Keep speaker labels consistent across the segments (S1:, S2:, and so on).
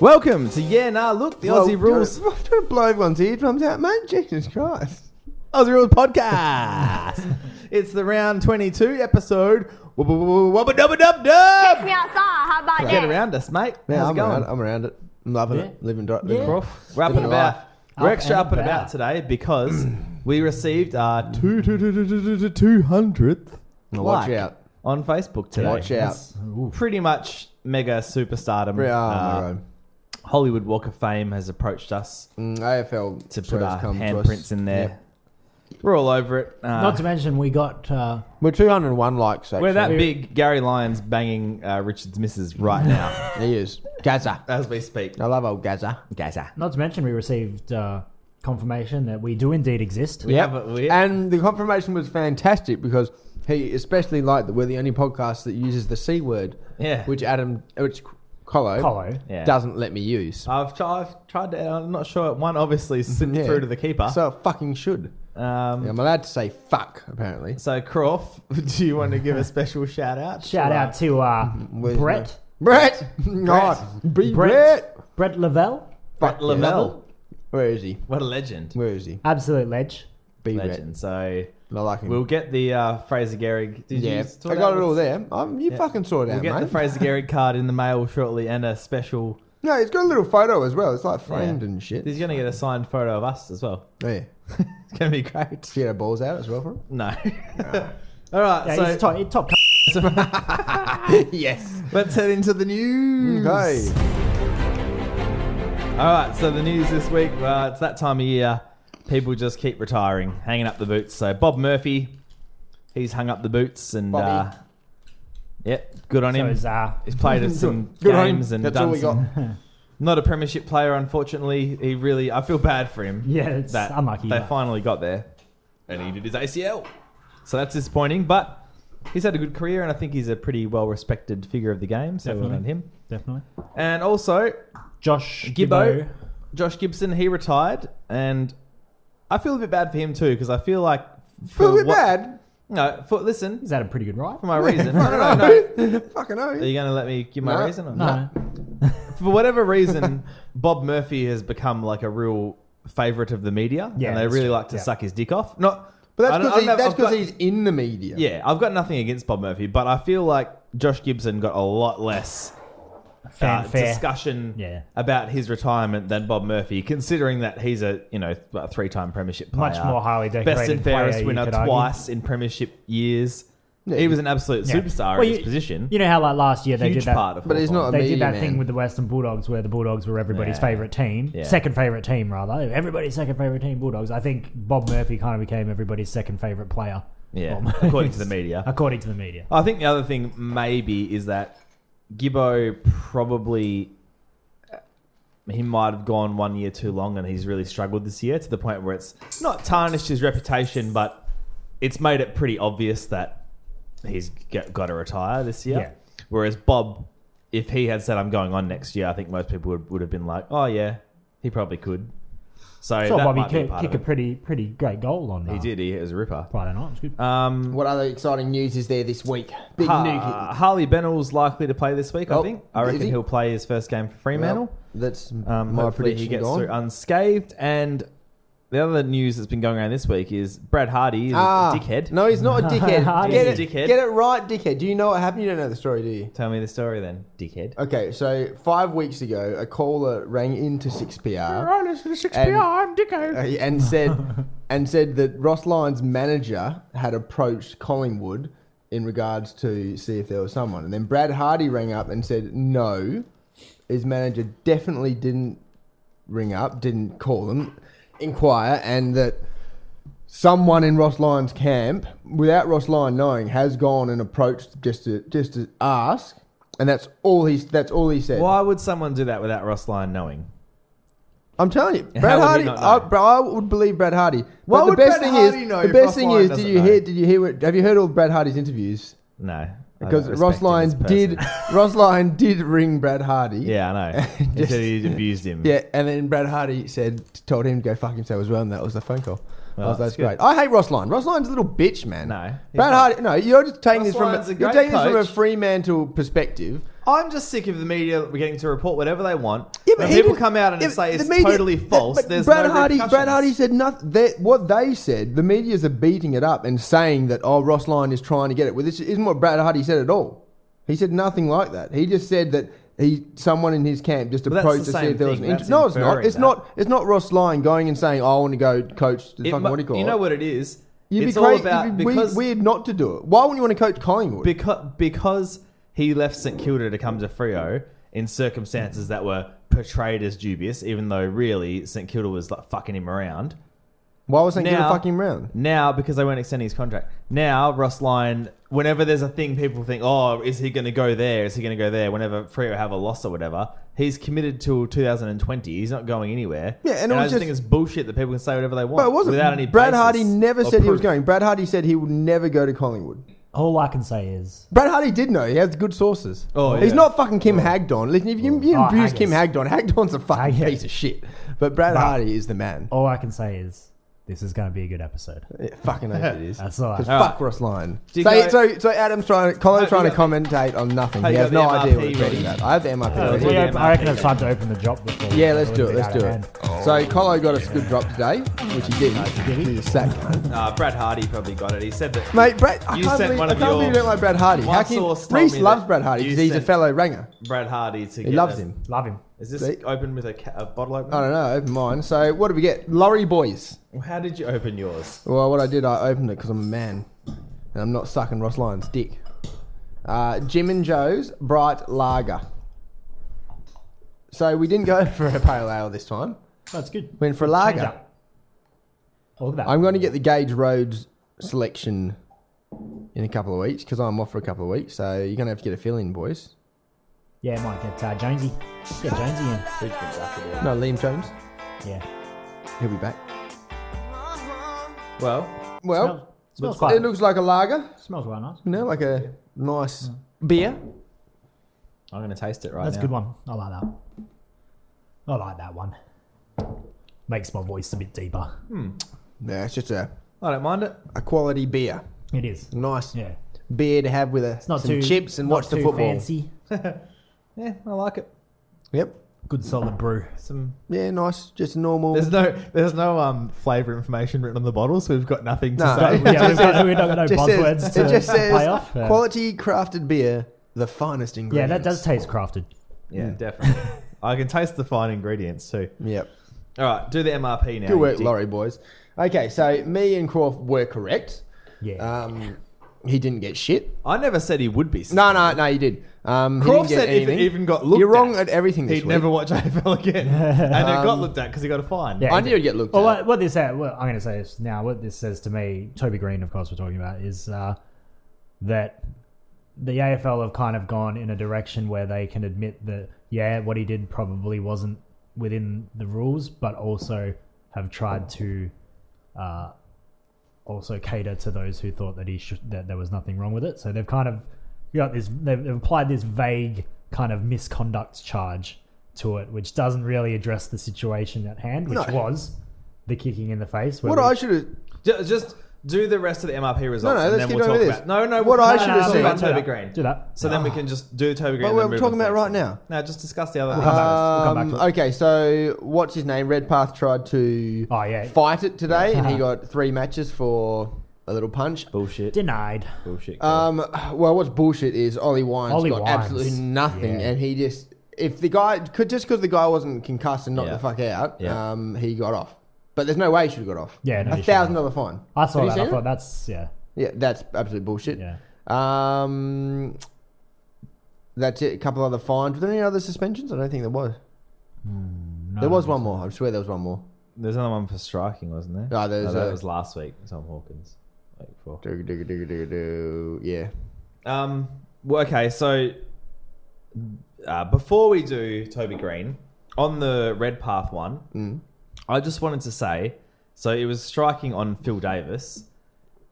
S1: Welcome to Yeah Nah Look, the
S2: Well,
S1: Aussie Rules
S2: Don't, don't blow everyone's eardrums out, mate. Jesus Christ.
S1: Aussie Rules podcast. it's the round twenty-two episode. Wubba dubba dub dub.
S3: me outside. How about
S1: Get
S3: that?
S1: around us, mate.
S2: Yeah,
S1: How's it
S2: I'm
S1: going?
S2: around. I'm around it. I'm loving it.
S4: Yeah.
S2: Living, dri-
S4: Yeah.
S2: living
S4: Prof.
S1: We're up and
S2: Living
S1: about.
S2: life.
S1: We're
S4: Up
S1: extra
S4: and
S1: up and about
S4: about.
S1: today because we received our two two two two two two two hundredth
S2: Now watch
S1: like
S2: out.
S1: on Facebook today.
S2: Watch
S1: That's Pretty much mega superstardom.
S2: We are
S1: Uh,
S2: on our own.
S1: Hollywood Walk of Fame has approached us
S2: Mm, AFL
S1: to put
S2: shows
S1: our
S2: come to us.
S1: handprints in there. We're all over it. Uh,
S4: Not to mention we got uh,
S2: Yep. We're 201 likes. Actually.
S1: We're that big. Gary Lyons banging uh, Richard's missus right now
S2: He is Gaza.
S1: as we speak.
S2: I love old Gaza.
S1: Gaza.
S4: not to mention we received uh, confirmation that we do indeed exist.
S1: Yeah, but we-
S2: And the confirmation was fantastic because he especially liked that we're the only podcast that uses the c word.
S1: Yeah.
S2: Which Adam, which Colo,
S4: Colo.
S1: Yeah.
S2: doesn't let me use.
S1: I've, tri- I've tried to. I'm not sure. One obviously slipped
S2: Mm-hmm. Yeah.
S1: through to the keeper. So,
S2: So I fucking should.
S1: um,
S2: I'm allowed to say fuck apparently.
S1: so Croft, do you want to give a special shout out?
S4: Shout
S1: to,
S4: out to uh,
S2: Mm-hmm. Where's
S4: Brett,
S2: my- Brett. God. Be Brett.
S4: Brett, Brett Lavelle,
S1: Brett
S2: Fuck yeah.
S1: Lavelle.
S2: Where is he?
S1: What a legend.
S2: Where is he?
S4: absolute ledge.
S2: Be
S1: Legend. So
S2: Brett. I like him.
S1: we'll get the uh, Fraser Gehrig. Did
S2: yeah,
S1: you sort
S2: I
S1: out
S2: got it
S1: what's-
S2: all there. Um, you fucking saw it
S1: We'll
S2: out,
S1: get
S2: mate.
S1: the Fraser Gehrig card in the mail shortly and a special.
S2: no, he's got a little photo as well. It's like framed
S1: Yeah.
S2: and shit.
S1: He's going to get a signed photo of us as well.
S2: yeah,
S1: It's going to be great.
S2: she had her balls out as well for him.
S1: No. All right.
S4: Yeah,
S1: so
S4: he's top, he's top c-
S1: Ah.
S2: yes.
S1: Let's head into the news.
S2: Okay.
S1: All right. So the news this week. Uh, it's that time of year. People just keep retiring, hanging up the boots. So Bob Murphy, he's hung up the boots, and uh,
S2: Bobby.
S1: yep, good on
S4: so
S1: him.
S4: is, uh,
S1: He's played at some
S2: Good on him.
S1: games and
S2: That's
S1: done
S2: all we
S1: some-
S2: got.
S1: Not a premiership player, unfortunately. He really, I feel bad for him.
S4: Yeah, it's unlucky,
S1: They
S4: but-
S1: finally got there, and he did his ACL. So that's disappointing, but he's had a good career, and I think he's a pretty well-respected figure of the game. So well
S4: Definitely.
S1: done him.
S4: definitely
S1: And also,
S4: Josh
S1: Gibbo,
S4: Gibbo.
S1: Josh Gibson, he retired, and I feel a bit bad for him too because I feel like for
S2: Feel a bit
S1: what-
S2: bad.
S1: No, for listen
S4: He's had a pretty good ride.
S1: for my reason. no, no,
S2: Fucking
S1: no. Are
S2: no. Fucking no.
S1: you going to let me give my
S2: No.
S1: reason? Or
S4: No,
S1: For whatever reason, Bob Murphy has become like a real favorite of the media,
S4: Yeah,
S1: and they
S4: that's
S1: really
S4: true.
S1: like to
S4: Yeah.
S1: suck his dick off. Not,
S2: But
S1: I
S2: that's
S1: don't- I
S2: because
S1: don't know,
S2: that's
S1: I've got-
S2: because he's in the media.
S1: Yeah, I've got nothing against Bob Murphy, but I feel like Josh Gibson got a lot less uh,
S4: fanfare.
S1: discussion
S4: Yeah.
S1: about his retirement than Bob Murphy, considering that he's a you know a three-time premiership player,
S4: Much more highly
S1: best and
S4: decorated player,
S1: fairest
S4: you
S1: winner
S4: could argue.
S1: twice in premiership years.
S2: Yeah,
S1: he
S2: you-
S1: was an absolute
S4: Yeah.
S1: superstar
S4: Well,
S1: in his
S4: you-
S1: position.
S4: You know how like last year they
S1: Huge
S4: did that.
S1: part of
S2: But he's
S1: football.
S2: not a
S4: they
S2: media
S4: did that
S2: man.
S4: thing with the Western Bulldogs, where the Bulldogs were everybody's
S1: Yeah.
S4: favourite team,
S1: Yeah.
S4: second favourite team rather. Everybody's second favourite team, Bulldogs. I think Bob Murphy kind of became everybody's second favourite player.
S1: Yeah,
S4: Well,
S1: according to the media.
S4: according to the media.
S1: I think the other thing maybe is that Gibbo probably uh, he might have gone one year too long and he's really struggled this year to the point where it's not tarnished his reputation, but it's made it pretty obvious that he's get, got to retire this year.
S4: Yeah.
S1: Whereas Bob, if he had said I'm going on next year, I think most people would, would have been like, oh yeah, he probably could. So
S4: Sure,
S1: that
S4: Bobby
S1: might be
S4: kick,
S1: part
S4: kick
S1: of
S4: a
S1: it.
S4: pretty pretty great goal on
S1: He
S4: uh,
S1: did. He was a ripper.
S4: Friday night. It was good.
S1: Um,
S2: What other exciting news is there this week? Big
S1: Ha-
S2: nuke.
S1: Uh, Harley Bennell's likely to play this week, I
S2: Oh,
S1: think. I
S2: is
S1: reckon
S2: he?
S1: he'll play his first game for Fremantle.
S2: Well, that's
S1: um,
S2: my
S1: hopefully he
S2: prediction
S1: gets
S2: gone.
S1: through unscathed. And the other news that's been going around this week is Brad Hardy is
S2: Ah,
S1: a dickhead.
S2: No, he's not a dickhead.
S4: Hardy's
S2: get,
S1: a
S2: it,
S1: dickhead.
S2: get it right, dickhead. Do you know what happened? You don't know the story, do you?
S1: Tell me the story then, dickhead.
S2: Okay, so five weeks ago, a caller rang into 6PR And-
S1: I'm Dicko.
S2: uh, and said and said that Ross Lyon's manager had approached Collingwood in regards to see if there was someone. And then Brad Hardy rang up and said, no, his manager definitely didn't ring up, didn't call them, inquire, and that someone in Ross Lyon's camp, without Ross Lyon knowing, has gone and approached just to just to ask, and that's all he that's all he said.
S1: Why would someone do that without Ross Lyon knowing?
S2: I'm telling you,
S1: How
S2: Brad
S1: would he
S2: Hardy.
S1: not know?
S2: I, bro, I would believe Brad Hardy.
S1: Why
S2: But the
S1: would
S2: best
S1: Brad
S2: thing
S1: Hardy
S2: is,
S1: know
S2: the
S1: if
S2: best
S1: Ross
S2: thing
S1: Lyon
S2: is, did
S1: doesn't
S2: you
S1: know?
S2: hear? Did you hear? What, have you heard all Brad Hardy's interviews?
S1: No. I don't
S2: Because
S1: respect
S2: Ross
S1: him as a
S2: Lyon
S1: person.
S2: did. Ross Lyon did ring Brad Hardy.
S1: yeah, I know. He said he abused him.
S2: Yeah, and then Brad Hardy said, told him to go fuck himself as well, and that was the phone call.
S1: Well,
S2: I was,
S1: that's
S2: that's
S1: good.
S2: great. I hate Ross Lyon. Ross Lyon's a little bitch, man.
S1: No, he's
S2: Brad
S1: not.
S2: Hardy. No, you're just taking
S1: Ross
S2: this from
S1: Lyon's a
S2: a, you're
S1: great
S2: taking this from a
S1: coach.
S2: Fremantle perspective.
S1: I'm just sick of the media we're getting to report whatever they want.
S2: Yeah,
S1: when
S2: he
S1: people
S2: didn't-
S1: come out and
S2: yeah,
S1: say
S2: the
S1: it's
S2: media-
S1: totally
S2: but-
S1: false,
S2: but
S1: there's
S2: Brad
S1: no
S2: Hardy. Brad
S1: repercussions.
S2: Hardy said nothing. That, what they said, the media's are beating it up and saying that oh Ross Lyon is trying to get it. Well, this isn't what Brad Hardy said at all. He said nothing like that. He just said that he someone in his camp just
S1: that's
S2: approached
S1: the
S2: to see
S1: same
S2: if there was
S1: thing.
S2: an
S1: That's
S2: interest. No, it's not.
S1: inferring
S2: It's
S1: that.
S2: not. It's not Ross Lyon going and saying oh, I want to go coach the
S1: It
S2: fucking
S1: mu-
S2: what do you call
S1: know
S2: it?
S1: what it is?
S2: You'd
S1: it's
S2: be
S1: all
S2: crazy.
S1: about
S2: It'd be weird-
S1: because
S2: weird not to do it. Why wouldn't you want to coach Collingwood?
S1: because because he left St Kilda to come to Frio in circumstances that were portrayed as dubious, even though really St Kilda was like fucking him around.
S2: Why wasn't he
S1: Now-
S2: fucking round?
S1: Now, because they won't extend his contract. Now, Ross Lyon, whenever there's a thing, people think, oh, is he going to go there? Is he going to go there? Whenever Freo have a loss or whatever, he's committed till 2020. He's not going anywhere.
S2: Yeah, and it
S1: I
S2: was
S1: just think it's
S2: just-
S1: bullshit that people can say whatever they want
S2: But it wasn't.
S1: without any
S2: Brad
S1: basis
S2: Hardy never
S1: or
S2: said he was
S1: proof.
S2: going. Brad Hardy said he would never go to Collingwood.
S4: All I can say is
S2: Brad Hardy did know. He has good sources.
S1: Oh,
S2: he's
S1: yeah.
S2: not fucking Kim Hagdon. Listen, if you, you
S4: Oh,
S2: abuse
S4: Haggis.
S2: Kim Hagdon, Hagdon's a fucking
S4: Haggis.
S2: piece of shit. But Brad Hardy is the man.
S1: Oh.
S4: all I can say is this is going to be a good episode.
S2: Yeah, fucking knows it is.
S4: That's all right.
S2: 'Cause
S1: All
S2: fuck
S1: right.
S2: Ross Lyon.
S1: Do
S2: So,
S1: you go-
S2: so, so Adam's trying. Colin's
S1: Hey,
S2: trying
S1: you
S2: to
S1: got
S2: commentate on nothing.
S1: Hey,
S2: he
S1: you
S2: has no
S1: got the
S2: idea what
S1: MRP
S2: we're talking
S1: ready?
S2: about. I have the
S1: Oh,
S2: MRP ready.
S1: yeah.
S4: We
S1: Yeah,
S4: open- I reckon
S1: mate.
S4: it's time to open the drop before.
S2: Yeah, let's do it.
S4: bit
S2: Let's
S4: out
S2: do
S4: of
S2: it.
S4: hand.
S2: So Colo got us a good drop today, which he didn't. He's a sack. cunt.
S1: Nah, Brad Hardy probably got it. He said that.
S2: Mate, Brad, I
S1: You
S2: can't,
S1: sent
S2: believe,
S1: one
S2: I
S1: of
S2: can't believe you
S1: your-
S2: don't like Brad Hardy.
S1: One
S2: How can you-
S1: source told
S2: Reece
S1: me
S2: loves
S1: that
S2: Brad Hardy
S1: you
S2: because he's a
S1: sent-
S2: fellow ranger.
S1: Brad Hardy to
S2: He
S1: get
S2: loves
S1: a-
S2: him.
S4: Love him.
S1: Is this
S2: See?
S1: open with a, ca- a bottle opener?
S2: I don't know, open mine. So what do we get? Lorry boys.
S1: How did you open yours?
S2: Well, what I did, I opened it because I'm a man, and I'm not sucking Ross Lyon's dick. Uh, Jim and Joe's Bright Lager. So we didn't go for a pale ale this time.
S4: That's good.
S2: Went for a lager.
S4: up. Oh, look at that.
S2: I'm going to get the Gage Roads selection in a couple of weeks because I'm off for a couple of weeks. So you're going to have to get a fill in, boys.
S4: Yeah, might get uh, Jonesy. Get Jonesy in.
S2: No, Liam Jones.
S4: Yeah.
S2: He'll be back.
S1: Well,
S2: Well,
S4: smells, smells
S2: it
S4: quite.
S2: Oh. looks like a lager.
S4: smells well nice.
S2: You know, like a nice
S4: Mm.
S2: beer.
S1: I'm going to taste it right
S4: That's
S1: now.
S4: a good one. I like that. I like that one. Makes my voice a bit deeper.
S2: Yeah, it's just a,
S1: I don't mind it.
S2: a quality beer.
S4: It is.
S2: Nice
S4: Yeah.
S2: beer to have with a,
S4: It's not
S2: some
S4: too
S2: chips and
S4: not
S2: watch the
S4: too
S2: football.
S4: Fancy.
S1: Yeah, I like it.
S2: Yep.
S4: Good solid brew.
S1: Some
S2: Yeah, nice. Just normal.
S1: There's no there's no um flavor information written on the bottle, so we've got nothing to
S2: No.
S1: say.
S2: It
S4: yeah, we've
S2: just
S4: got, we've not got no
S2: just
S4: buzzwords
S2: says,
S4: to
S2: it just says
S4: play off. Yeah.
S2: quality crafted beer, the finest
S4: yeah,
S2: ingredients.
S4: that does taste crafted.
S1: Yeah, definitely. I can taste the fine ingredients too.
S2: Yep.
S1: All right, do the MRP now.
S2: Good
S1: you
S2: work,
S1: dick.
S2: Laurie boys. Okay, so me and Croft were correct.
S4: Yeah.
S2: Um, he didn't get shit.
S1: I never said he would be.
S2: No, no, no, you did. Um, he
S1: Croft
S2: didn't get
S1: said if it
S2: anything.
S1: even got looked
S2: You're wrong
S1: at,
S2: at everything this
S1: He'd
S2: week.
S1: never watch AFL again, and it got looked at because he got a fine.
S4: yeah.
S2: I knew he'd get looked
S4: Well,
S2: at.
S4: what, what this said, well, I'm going to say this now. What this says to me, Toby Green, of course, we're talking about, is uh, that the AFL have kind of gone in a direction where they can admit that, yeah, what he did probably wasn't within the rules, but also have tried to uh, also cater to those who thought that he should, that there was nothing wrong with it. So they've kind of got this, they've, they've applied this vague kind of misconduct charge to it, which doesn't really address the situation at hand, which
S2: No.
S4: was the kicking in the face. where
S2: What
S4: we-
S2: I should have.
S1: Ju- Just do the rest of the MRP
S2: No,
S1: results,
S2: no,
S1: and
S2: let's
S1: then
S2: keep
S1: we'll
S2: going
S1: talk
S2: with this.
S1: about. No, no,
S2: What
S1: we'll
S2: I
S1: talk
S2: should have
S1: uh, about
S2: said-
S1: Toby
S4: Do
S1: Green.
S4: Do that.
S1: So then we can just do Toby Green.
S2: Well,
S1: and
S2: we're
S1: then move
S2: talking
S1: on to
S2: about
S1: the
S2: right
S1: next one.
S2: now.
S1: No, just discuss the other.
S4: We'll come back. We'll come back
S2: Um,
S4: to it.
S2: okay, so what's his name? Redpath tried to
S4: Oh, yeah.
S2: fight it today, and he got three matches for a little punch.
S1: bullshit.
S4: Denied.
S1: Bullshit.
S2: Um, well, what's bullshit is Ollie Wines
S4: Ollie
S2: got
S4: Wines,
S2: absolutely nothing,
S4: yeah.
S2: and he just if the guy could just because the guy wasn't concussed and knocked
S1: Yeah.
S2: the fuck out,
S1: Yeah.
S2: um, he got off. But there's no way he should have got off.
S4: Yeah, no,
S2: a
S4: he shouldn't
S2: thousand dollar fine.
S4: I saw
S2: Have you
S4: that.
S2: seen
S4: I
S2: it?
S4: thought that's yeah,
S2: Yeah, that's absolute bullshit.
S4: yeah.
S2: Um, that's it. A couple other fines. Were there any other suspensions? I don't think there was.
S4: No,
S1: Oh,
S2: there was one more. I swear there was one more.
S1: There's another one for striking, wasn't there?
S2: No, Ah, there's
S1: no, that
S2: a-
S1: was last week. It's on Hawkins. Week four.
S2: Digga, digga, digga, digga, do. Yeah.
S1: Um. Well, okay. So uh, before we do Toby Green on the Red Path one,
S2: Mm.
S1: I just wanted to say. So it was striking on Phil Davis,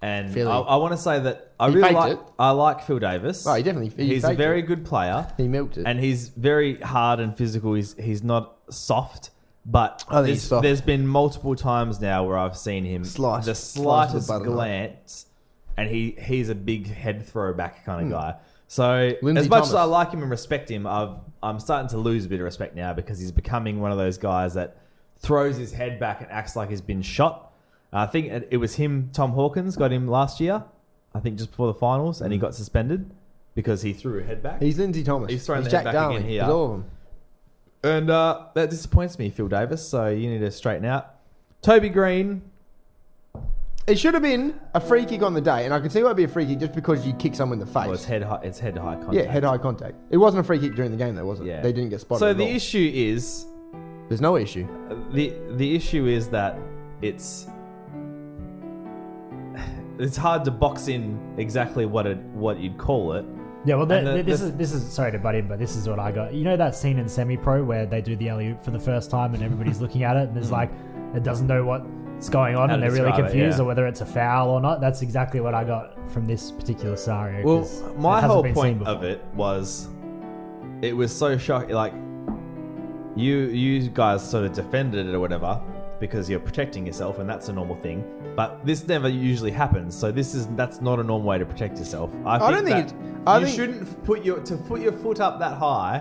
S1: and I,
S2: Philly.
S1: I want to say that I
S2: He
S1: really
S2: faked
S1: like
S2: it.
S1: I like Phil Davis.
S2: Oh, he definitely- he
S1: he's a
S2: faked
S1: very
S2: it.
S1: good player.
S2: He milked it.
S1: and he's very hard and physical. He's he's not soft, but
S2: I think
S1: there's-
S2: he's soft.
S1: there's been multiple times now where I've seen him
S2: Slice.
S1: the
S2: Slice the
S1: slightest
S2: butternut.
S1: glance, and he he's a big head throwback kind of guy. So
S2: Hmm. Lindsay
S1: as much as I
S2: Thomas.
S1: like him and respect him, I've, I'm starting to lose a bit of respect now because he's becoming one of those guys that throws his head back and acts like he's been shot. I think it- it was him. Tom Hawkins got him last year, I think just before the finals,
S2: Hmm.
S1: and he got suspended because he threw a head back.
S2: He's Lindsay Thomas.
S1: He's throwing the
S2: Jack
S1: head back
S2: Darling.
S1: again here.
S2: He's all of them.
S1: And uh, that disappoints me, Phil Davis. So you need to straighten out. Toby Green.
S2: It should have been a free kick on the day, and I can see why it'd be a free kick just because you kick someone in the face.
S1: Well, it's head high. It's head high contact.
S2: yeah, head high contact. It wasn't a free kick during the game though, was it?
S1: Yeah.
S2: They didn't get spotted.
S1: So
S2: at
S1: the
S2: all.
S1: issue is
S2: there's no issue.
S1: the the issue is that it's it's hard to box in exactly what it what you'd call it.
S4: Yeah, well, the,
S1: And the-
S4: this
S1: the-
S4: is this is sorry to butt in, but this is what I got. You know that scene in Semi Pro where they do the alley oop for the first time and everybody's looking at it and there's like it doesn't know what's going
S1: Mm.
S4: on
S1: How
S4: and
S1: to
S4: they're really
S1: describe it,
S4: confused
S1: yeah.
S4: or whether it's a foul or not. That's exactly what I got from this particular scenario.
S1: Well,
S4: 'cause it
S1: my
S4: hasn't
S1: whole
S4: been seen
S1: point
S4: before.
S1: of it was it was so shocking. Like you you guys sort of defended it or whatever because you're protecting yourself, and that's a normal thing. But this never usually happens, so this is that's not a normal way to protect yourself. I,
S2: I don't think
S1: that
S2: it's- I
S1: you
S2: think-
S1: shouldn't put your to put your foot up that high.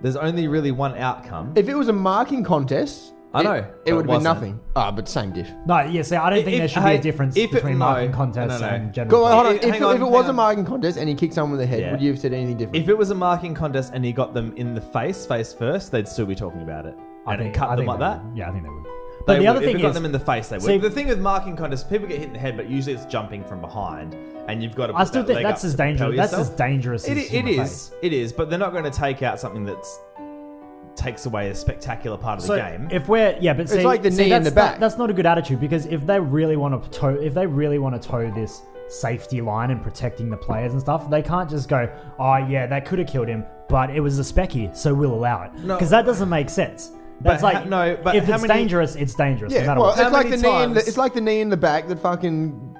S1: There's only really one outcome.
S2: If it was a marking contest,
S1: I know,
S2: it- it,
S1: but it
S2: would have been
S1: wasn't.
S2: nothing. Ah, but same diff.
S4: no, yeah, see, I don't think
S1: If-
S4: there should
S1: hey,
S4: be a difference
S1: if it-
S4: between
S1: no,
S4: marking
S1: no,
S4: contests
S1: no, no.
S4: and
S2: Go
S4: general.
S2: on, hold on.
S1: It-
S2: If,
S1: hang
S2: if
S1: on,
S2: it
S1: hang
S2: was a
S1: on.
S2: marking contest and he kicked someone in the head,
S1: Yeah.
S2: would you have said anything different?
S1: If it was a marking contest and he got them in the face, face first, they'd still be talking about it.
S4: I
S1: and
S4: think-
S1: cut
S4: I
S1: them
S4: think
S1: like
S4: they
S1: that.
S4: would. Yeah, I think they would. But
S1: They
S4: the
S1: would.
S4: other
S1: if
S4: thing
S1: it got
S4: is,
S1: them in the face, they would.
S4: See-
S1: the thing with marking contests, people get hit in the head, but usually it's jumping from behind, and you've got to.
S4: I still
S1: that
S4: think
S1: leg
S4: that's
S1: up
S4: as
S1: to propel
S4: dangerous. That's
S1: yourself.
S4: as dangerous.
S1: It,
S4: as
S1: it
S4: human face.
S1: is. It is. But they're not going to take out something that's takes away a spectacular part of the
S4: So
S1: game.
S4: if we're yeah, but see,
S2: like the knee
S4: see,
S2: in
S4: that's
S2: the back.
S4: Not, that's not a good attitude because if they really want to toe, if they really want to toe this safety line and protecting the players and stuff, they can't just go, oh yeah, that could have killed him, but it was a specky, so we'll allow it
S1: No.
S4: because that doesn't make sense. That's
S1: But
S4: like
S1: ho- no, but
S4: if
S1: how
S4: it's
S1: many-
S4: dangerous, it's dangerous. no
S2: yeah,
S4: matter
S2: well,
S4: what.
S1: How
S2: it's like the
S1: many
S2: knee. In the,
S1: times-
S2: it's like the knee in the back that fucking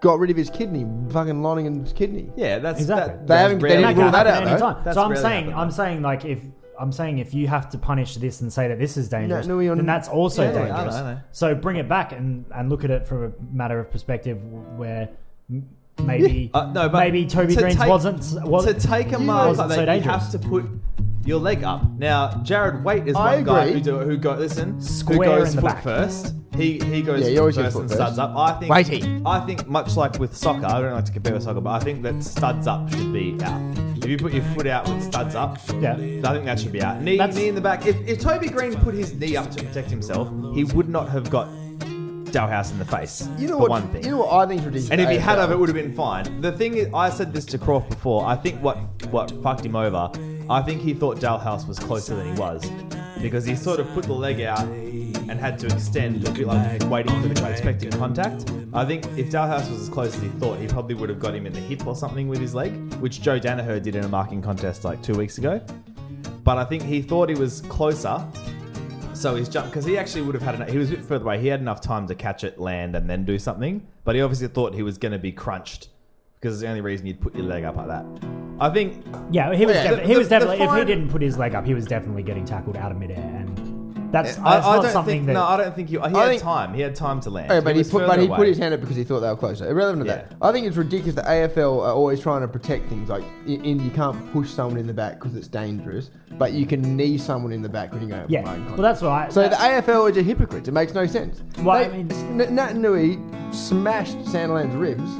S2: got rid of his kidney, fucking Loningan's kidney.
S1: yeah, that's
S4: Exactly.
S1: That,
S2: They
S1: that's
S2: haven't- they
S1: rarely
S2: didn't rule
S1: happened.
S2: that out,
S4: happen
S2: though.
S4: anytime.
S1: That's
S4: So I'm
S1: rarely
S4: saying,
S1: happened,
S4: I'm
S1: though.
S4: saying, like if I'm saying if you have to punish this and say that this is dangerous,
S2: no, we on-
S4: then that's also
S1: Yeah, yeah, I
S4: dangerous.
S1: know, I know.
S4: So bring it back and and look at it from a matter of perspective where m- maybe
S1: Uh, no, but
S4: maybe Toby
S1: to
S4: Greens
S1: take-
S4: wasn't was
S1: to take a mark like
S4: wasn't
S1: that.
S4: so
S1: you
S4: dangerous.
S1: have to put your leg up. Now, Jared Waite is
S2: I
S1: one guy
S2: agree.
S1: who do who go listen
S4: Square
S1: who goes
S4: in the
S1: foot
S4: back.
S1: first. He he goes
S2: Yeah, you
S1: foot
S2: always go
S1: first
S2: foot
S1: and
S2: first.
S1: studs up. I think
S2: Waitey.
S1: I think much like with soccer, I don't like to compare with soccer, but I think that studs up should be out. If you put your foot out with studs up,
S4: Yeah.
S1: I think that should be out. Knee,
S4: That's-
S1: knee in the back. If, if Toby Green put his knee up to protect himself, he would not have got Dalhouse in the face.
S2: You know
S1: for
S2: what?
S1: One thing.
S2: You know what I think is ridiculous.
S1: And if he had
S2: AFL?
S1: of, it would have been fine. The thing is, I said this to Croft before. I think what what fucked him over. I think he thought Dalhouse was closer than he was because he sort of put the leg out and had to extend, a bit like waiting for the expecting contact. I think if Dalhouse was as close as he thought, he probably would have got him in the hip or something with his leg, which Joe Danaher did in a marking contest like two weeks ago. But I think he thought he was closer so he's jumped because he actually would have had enough. He was a bit further away. He had enough time to catch it, land, and then do something. But he obviously thought he was going to be crunched because it's the only reason you'd put your leg up like that. I think
S4: yeah, he was
S2: Yeah.
S4: defi-
S1: The-
S4: he was
S1: the- the
S4: definitely if
S1: fine-
S4: he didn't put his leg up, he was definitely getting tackled out of midair, and that's, that's
S1: I, I
S4: not
S1: don't
S4: something
S1: think.
S4: that
S1: no, I don't think you. He had
S2: think-
S1: time. He had time to land.
S2: Yeah, but he,
S1: was
S2: put, but
S1: further
S2: he put
S1: away.
S2: his hand up because he thought they were closer. Irrelevant to
S1: Yeah.
S2: that. I think it's ridiculous that AFL are always trying to protect things. Like, in, in you can't push someone in the back because it's dangerous, but you can knee someone in the back when you go.
S4: yeah.
S1: Oh
S4: Well, that's why.
S2: So the AFL are just hypocrites. It makes no sense.
S4: Well, I
S2: They-
S4: mean-
S2: N- Nat Nui smashed Sandilands' ribs.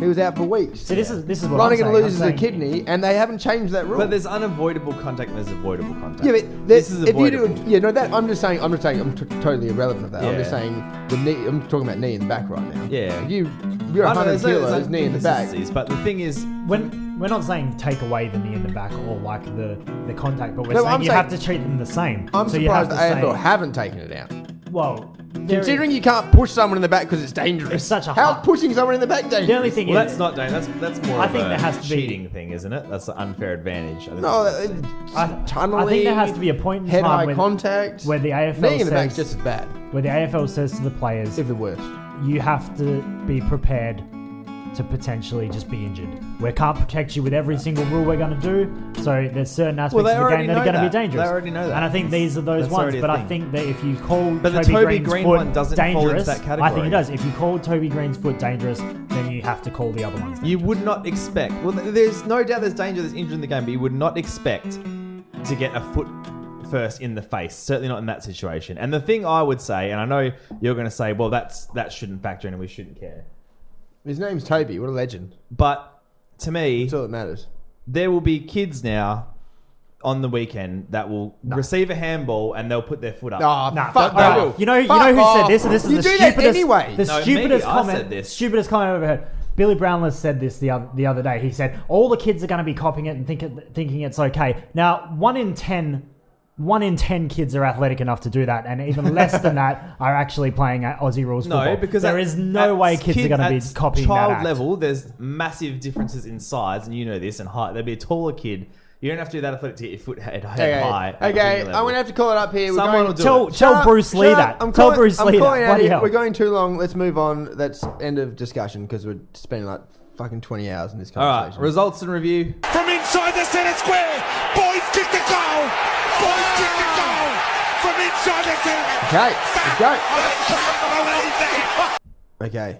S2: He was out for weeks.
S4: So this is this is what I'm
S2: Lonigan
S4: saying.
S2: loses
S4: I'm
S2: a
S4: saying-
S2: kidney, and they haven't changed that rule.
S1: But there's unavoidable contact. and There's avoidable contact.
S2: Yeah, but
S1: this
S2: that-
S1: is
S2: if you do,
S1: avoidable.
S2: it- yeah, no, that I'm just saying, I'm just saying, I'm t- totally irrelevant of that. I'm just
S1: Yeah.
S2: saying the knee. I'm talking about knee in the back right now.
S1: Yeah.
S2: you, you're
S1: I know,
S2: 100
S1: there's no- there's
S2: kilos,
S1: no
S2: knee in the back.
S1: inconsistencies, But the thing is,
S4: When we're not saying take away the knee in the back or like the, the contact, but we're
S2: No,
S4: saying
S2: I'm
S4: you
S2: saying-
S4: have to treat them the same.
S2: I'm
S4: so you have
S2: surprised the
S4: to say,
S2: AFL haven't taken it out.
S4: well, there is-
S2: Considering you can't push someone in the back because it's dangerous.
S4: It's such a
S2: how's
S4: hard-
S2: pushing someone in the back dangerous?
S4: the only thing
S1: well,
S4: is
S1: that's not. That's that's more.
S4: I
S1: of
S4: think
S1: a
S4: there has to be-
S1: cheating thing, isn't it? That's an unfair advantage. I think
S2: no,
S1: that's-
S2: it's
S4: I,
S2: tunneling.
S4: I think there has to be a point in
S2: head
S4: time
S2: eye
S4: when,
S2: contact.
S4: where the AFL
S2: knee in the back's
S4: says-
S2: just as bad,
S4: where the AFL says to the players,
S2: if the worst.
S4: you have to be prepared to potentially just be injured. We can't protect you with every single rule we're going to do, so there's certain aspects
S1: Well, they
S4: of the
S1: already
S4: game that are
S1: know
S4: going to be
S1: that.
S4: dangerous.
S1: They already know that.
S4: And I think these are those
S1: That's
S4: ones.
S1: already a
S4: But I
S1: thing.
S4: think that if you call
S1: But the
S4: Toby,
S1: Toby
S4: Green's
S1: Green
S4: foot
S1: one doesn't fall into
S4: dangerous,
S1: that
S4: I think
S1: category.
S4: it does. If you call Toby Green's foot dangerous, then you have to call the other ones.
S1: You would not expect. Well, th- there's no doubt there's danger, there's injury in the game, but you would not expect to get a foot first in the face. Certainly not in that situation. And the thing I would say, and I know you're going to say, well, that's that shouldn't factor in, and we shouldn't care.
S2: His name's Toby. What a legend.
S1: But to me,
S2: That's all that matters.
S1: there will be kids now on the weekend that will receive a handball and they'll put their foot up.
S2: Ah,
S4: Nah,
S2: fuck
S4: fuck that.
S2: no.
S4: You know, you
S2: Fuck
S4: know who
S2: off.
S4: said this, and this is
S2: you
S4: the
S2: do
S4: stupidest,
S2: that anyway.
S4: the
S1: No, maybe
S4: stupidest
S1: I
S4: comment,
S1: said this.
S4: stupidest comment I ever heard. Billy Brownless said this the other, the other day. He said all the kids are going to be copying it and think it, thinking it's okay. Now, one in ten, one in ten kids are athletic enough to do that, and even less than that are actually playing at Aussie rules
S1: No,
S4: football.
S1: because
S4: there
S1: at-
S4: is no
S1: at
S4: way kids
S1: kid-
S4: are going
S1: at
S4: to be copying
S1: child
S4: that act.
S1: level. There's massive differences in size, and you know this, and height. There'd be a taller kid. You don't have to do that athletic to get your foot head, head
S2: Okay,
S1: high. at
S2: okay.
S1: junior level.
S2: I'm gonna have to call it up here. We're
S1: Someone
S2: going-
S1: will do
S4: Tell,
S1: it.
S4: tell
S2: Shut up,
S4: Bruce Lee
S2: shut up.
S4: that.
S2: I'm
S4: tell
S2: calling-
S4: Bruce
S2: I'm
S4: Lee
S2: calling
S4: that.
S2: out
S4: Bloody
S2: here.
S4: hell.
S2: We're going too long. Let's move on. That's end of discussion because we're spending like fucking 20 hours in this
S1: All right,
S2: conversation.
S1: results and review.
S3: From inside the centre square, boys kick the goal. Boys kick the goal from inside the centre.
S2: Okay, let's go.
S3: I can't believe that.
S2: Okay.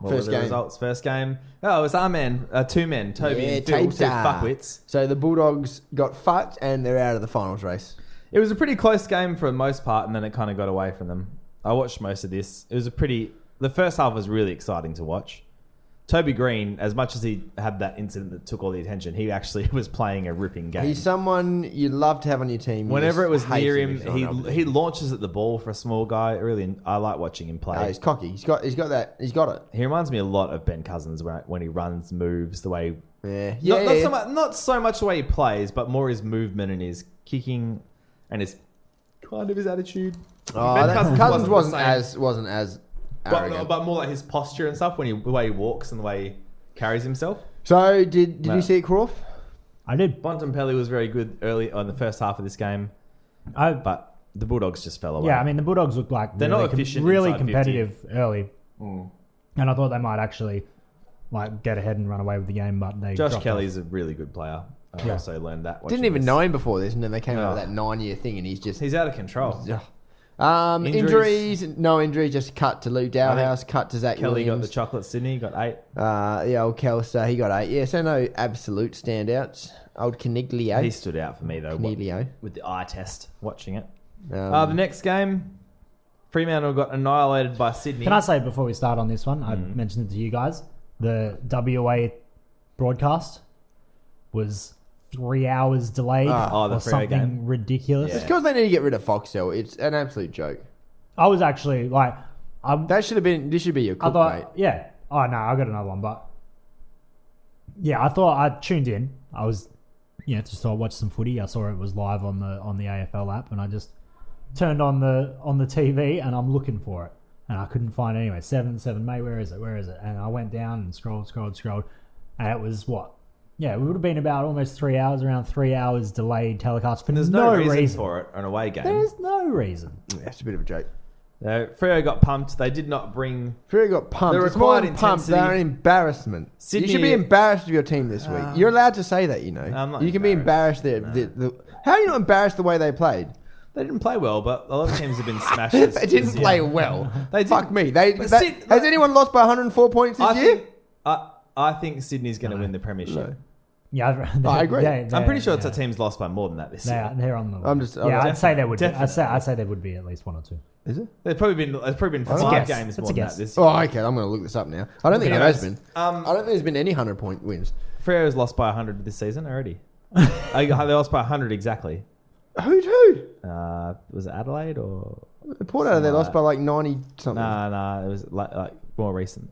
S1: What
S2: First
S1: were the
S2: game.
S1: results? First game. Oh, it was our men, uh, two men, Toby
S2: Yeah,
S1: and Phil,
S2: tapes
S1: two
S2: are.
S1: fuckwits.
S2: So the Bulldogs got fucked and they're out of the finals race.
S1: It was a pretty close game for the most part, and then it kind of got away from them. I watched most of this. It was a pretty. The first half was really exciting to watch. Toby Green, as much as he had that incident that took all the attention, he actually was playing a ripping game.
S2: He's someone you love to have on your team. You
S1: Whenever
S2: just
S1: it was
S2: hate
S1: near
S2: if
S1: him,
S2: you're not on
S1: he
S2: the
S1: he
S2: team.
S1: launches at the ball for a small guy. Really, I like watching him play.
S2: No, he's cocky. He's got. He's got that. He's got it.
S1: he reminds me a lot of Ben Cousins when, when he runs, moves, the way.
S2: Yeah.
S1: Not,
S2: Yeah.
S1: not,
S2: yeah.
S1: So much, not so much the way he plays, but more his movement and his kicking and his kind of his attitude.
S2: Oh,
S1: Ben
S2: that-
S1: Cousins wasn't
S2: Cousins,
S1: the
S2: wasn't,
S1: same.
S2: as wasn't as
S1: But,
S2: arrogant.
S1: but more like his posture and stuff when he the way he walks and the way he carries himself.
S2: so did did
S1: No.
S2: you see it, Croft?
S4: I did.
S1: Bontempelli was very good early on the first half of this game,
S4: I,
S1: but the Bulldogs just fell away.
S4: Yeah, I mean the Bulldogs look like
S1: They're
S4: really,
S1: not
S4: com-
S1: efficient
S4: really
S1: inside Mm. 50.
S4: competitive early, and I thought they might actually like get ahead and run away with the game, but they
S1: Josh
S4: dropped
S1: Kelly's a really good player. I also learned that. watching
S2: Didn't even
S1: this.
S2: know him before this, and then they came out
S1: Oh.
S2: with that nine year thing, and he's just.
S1: He's out of control.
S2: Ugh. Um,
S1: Injuries.
S2: injuries. no injury, just cut to Lou Dowhouse, cut to Zach
S1: Kelly got the
S2: Williams.
S1: chocolate. Sydney got eight.
S2: uh, the old Kelster, he got eight. Yeah, so no absolute standouts. Old Caniglio.
S1: He stood out for me though. wa-
S2: Caniglio.
S1: with the eye test, watching it.
S2: Um,
S1: Uh, the next game, Fremantle got annihilated by Sydney.
S4: Can I say before we start on this one? I
S1: Mm.
S4: mentioned it to you guys. The WA broadcast was three hours delayed
S1: oh, the
S4: or
S1: Freo
S4: something
S1: game.
S4: ridiculous.
S1: Yeah.
S2: because they need to get rid of Foxtel. It's an absolute joke.
S4: I was actually like, I'm
S2: That should have been. This should be your
S4: I
S2: cook,
S4: thought,
S2: mate.
S4: yeah. Oh no, I got another one, but yeah, I thought I tuned in. I was, yeah, just so I watched some footy. I saw it was live on the on the AFL app, and I just turned on the on the TV, and I'm looking for it, and I couldn't find it anyway. Seven, seven, mate, where is it? Where is it? And I went down and scrolled, scrolled, scrolled, and it was what? Yeah, it would have been about almost three hours, around three hours delayed telecast for
S1: There's
S4: no,
S1: no, reason, for it. An away game.
S4: There's no reason.
S2: That's a bit of a joke.
S1: So Freo got pumped. They did not bring.
S2: Fury got pumped.
S1: The
S2: It's more
S1: required
S2: than pumped. They're an
S1: intensity-
S2: embarrassment.
S1: Sydney- Ah.
S2: You should be embarrassed of your team this week. You're allowed to say that, you know.
S1: I'm not
S2: you can be embarrassed. The, the, the, how are you not embarrassed the way they played?
S1: They didn't play well, but a lot of teams have been smashed.
S2: they
S1: This,
S2: didn't
S1: this year.
S2: play well.
S1: They didn't-
S2: Fuck me. They,
S1: But
S2: that-
S1: Sid-
S2: has anyone lost by 104 points this
S1: I
S2: year?
S1: think, I, I think Sydney's going to win the premiership.
S4: Yeah,
S2: I agree.
S1: I'm pretty sure it's
S4: a
S1: a team's lost by more than that this
S4: They
S1: year.
S4: are, they're on the.
S2: I'm just-
S4: Yeah,
S2: I'm
S4: I'd say there would. Be,
S1: definitely-
S4: I'd say I'd say there would be at least one or two.
S2: Is it?
S1: There's probably been there's probably been
S2: a
S1: five
S4: guess.
S1: games
S4: That's
S1: more
S4: a
S1: than that
S4: guess.
S1: this year.
S2: Oh, okay. I'm going to look this up now. I don't think there
S1: Anyways,
S2: has been.
S1: um,
S2: I don't think there's been any 100 point wins.
S1: Freo's lost by 100 this season already. I, they lost by 100 exactly.
S2: Who'd who?
S1: Uh, was it Adelaide or
S2: Porto, they lost by like 90 something.
S1: Nah, nah, it was like, like more recent.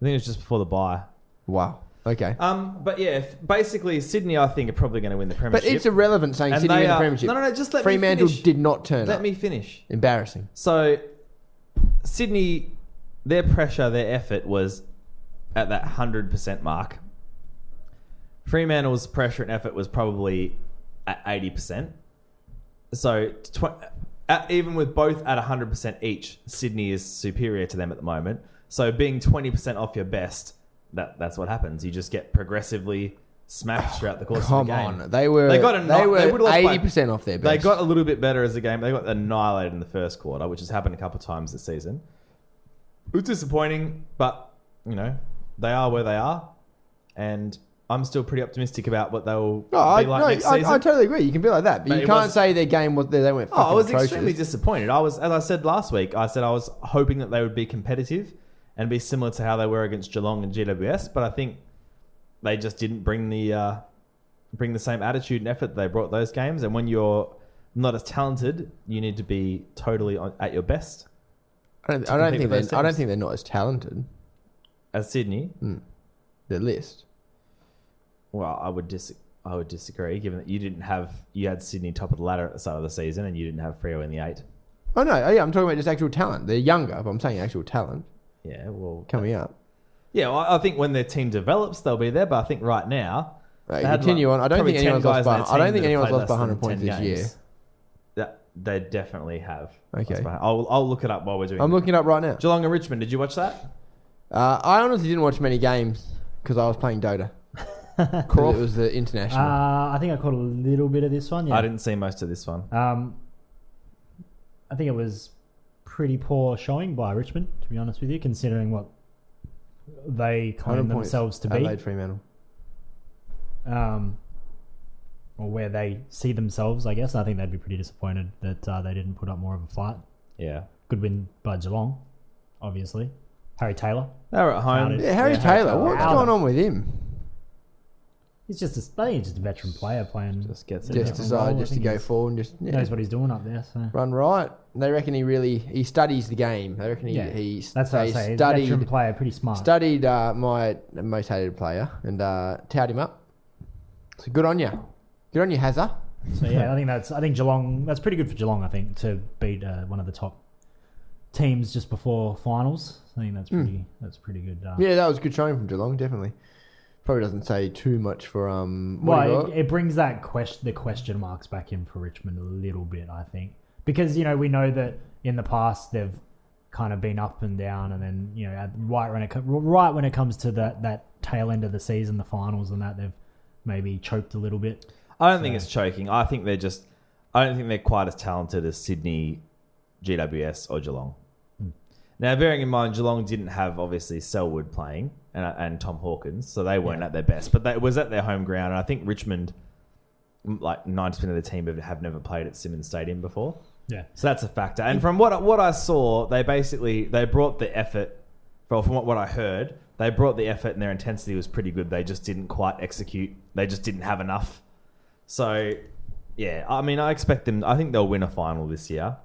S1: I think it was just before the buy.
S2: Wow. Okay.
S1: Um, but yeah, f- basically Sydney, I think, are probably going to win the
S2: but
S1: premiership.
S2: it's irrelevant saying
S1: And
S2: Sydney
S1: they
S2: win the
S1: are-
S2: premiership.
S1: No, no, no, just let me
S2: Fremantle
S1: finish.
S2: did not turn
S1: Let
S2: up.
S1: me finish.
S2: Embarrassing.
S1: So Sydney, their pressure, their effort was at that hundred percent mark. Fremantle's pressure and effort was probably at eighty percent. So tw- at, even with both at hundred percent each, Sydney is superior to them at the moment. So being twenty percent off your best, that that's what happens. You just get progressively smashed throughout the course of
S2: Oh, Come
S1: the game.
S2: on, they were
S1: They got a
S2: they
S1: knock-
S2: were
S1: they would've lost by-
S2: eighty percent off their best.
S1: They got a little bit better as the game. They got annihilated in the first quarter, which has happened a couple of times this season. It was disappointing, but you know, they are where they are, and I'm still pretty optimistic about what they'll
S2: No, I,
S1: be like
S2: no,
S1: next
S2: I,
S1: season.
S2: I totally agree. You can be like that, but,
S1: But
S2: you
S1: it
S2: can't
S1: was-
S2: say their game was they went.
S1: Oh, I
S2: fucking
S1: was
S2: atrocious.
S1: extremely disappointed. I was, as I said last week, I said I was hoping that they would be competitive and be similar to how they were against Geelong and GWS, but I think they just didn't bring the uh, bring the same attitude and effort they brought those games. And when you're not as talented, you need to be totally on, at your best
S2: I don't,
S1: to
S2: I don't
S1: compete with
S2: think they're.
S1: those
S2: I don't
S1: teams.
S2: think they're not as talented.
S1: as Sydney.
S2: The list.
S1: Well, I would dis- I would disagree, given that you didn't have you had Sydney top of the ladder at the start of the season, and you didn't have Freo in the eight.
S2: Oh no, oh, yeah, I'm talking about just actual talent. They're younger, but I'm saying actual talent
S1: Yeah, well,
S2: coming up.
S1: yeah, well, I think when their team develops, they'll be there. But I think right now,
S2: Right,
S1: They had,
S2: continue
S1: like,
S2: on. I don't
S1: probably
S2: think
S1: 10
S2: anyone's
S1: guys
S2: lost.
S1: in
S2: By,
S1: their
S2: I don't
S1: team
S2: think
S1: that have
S2: anyone's
S1: played
S2: lost by
S1: less than
S2: 100 points
S1: 10
S2: this year.
S1: games. That they definitely have.
S2: Okay.
S1: That's fine. I'll I'll look it up while we're doing.
S2: I'm
S1: this.
S2: looking it up right now.
S1: Geelong and Richmond. Did you watch that?
S2: Uh, I honestly didn't watch many games because I was playing Dota. 'Cause it was the international.
S4: Uh, I think I caught a little bit of this one. Yeah.
S1: I didn't see most of this one.
S4: Um, I think it was pretty poor showing by Richmond, to be honest with you, considering what they claim
S2: 100 points,
S4: themselves to
S2: Adelaide
S4: be,
S2: Fremantle.
S4: um, or where they see themselves. I guess I think they'd be pretty disappointed that uh, they didn't put up more of a fight.
S1: Yeah,
S4: Good win by Geelong, obviously. Harry Taylor.
S1: they were at home.
S4: Found it.
S2: Yeah, Harry
S4: Yeah, Harry
S2: Taylor.
S4: Taylor.
S2: What's
S4: Wow.
S2: going on with him?
S4: He's just a, I think he's just a veteran player playing.
S1: Just gets it.
S2: Just
S4: Yeah.
S2: decide
S4: Well, I
S2: just to
S4: think
S2: go
S4: he's-
S2: forward and just yeah,
S4: knows what he's doing up there. So.
S2: run right. They reckon he really he studies the game. They reckon he
S4: Yeah,
S2: he,
S4: that's what I
S2: they
S4: say. He's a veteran
S2: studied
S4: player, pretty smart.
S2: studied uh, my most hated player and uh, towed him up. So good on you, good on you, Hazza.
S4: So yeah, I think that's I think Geelong. That's pretty good for Geelong. I think to beat uh, one of the top teams just before finals. I think that's pretty. That's pretty good. Uh,
S2: Hmm. Yeah, that was good showing from Geelong. Definitely. Probably doesn't say too much for um. What do you
S4: Well,
S2: call
S4: it,
S2: it?
S4: it brings that question the question marks back in for Richmond a little bit, I think, because you know we know that in the past they've kind of been up and down, and then you know at- right when it co- right when it comes to that that tail end of the season, the finals, and that they've maybe choked a little bit.
S1: I don't think it's choking. I think they're just. I don't think they're quite as talented as Sydney, GWS, or Geelong. Now, bearing in mind, Geelong didn't have obviously Selwood playing and, uh, and Tom Hawkins, so they weren't at their best. But they, it was at their home ground, and I think Richmond, m- like ninety percent of the team, have, have never played at Simmons Stadium before,
S4: Yeah.
S1: so that's a factor. And from what what I saw, they basically they brought the effort. Well, from what, what I heard, they brought the effort, and their intensity was pretty good. They just didn't quite execute. They just didn't have enough. So, yeah, I mean, I expect them. I think they'll win a final this year.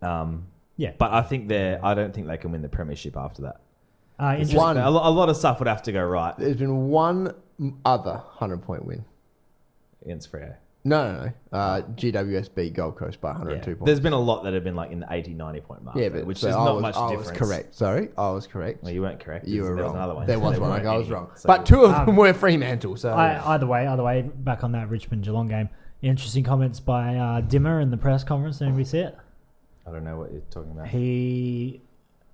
S1: Um,
S4: Yeah,
S1: but I think they're. I don't think they can win the premiership after that.
S4: uh, interest-
S2: one-
S1: A, lo- a lot of stuff would have to go right
S2: There's been one other hundred point win.
S1: against Freo.
S2: No, no, no. Uh, GWS beat Gold Coast by 102
S1: Yeah.
S2: points.
S1: There's been a lot that have been like in the 80, 90 point mark.
S2: yeah,
S1: though,
S2: but
S1: which
S2: so
S1: is
S2: I
S1: not
S2: was,
S1: much
S2: I
S1: difference.
S2: was correct. Sorry, I was correct.
S1: Well, you weren't correct.
S2: you were
S1: there
S2: wrong.
S1: Was another one.
S2: There was
S1: There
S2: one.
S1: weren't
S2: I was
S1: any,
S2: wrong.
S1: so-
S2: but two of them
S4: Um,
S2: were Fremantle. So
S1: Oh,
S4: I, either way, either way, back on that Richmond Geelong game. Interesting comments by uh, Dimmer in the press conference. Did anybody see it?
S1: I don't know what you're talking about.
S4: He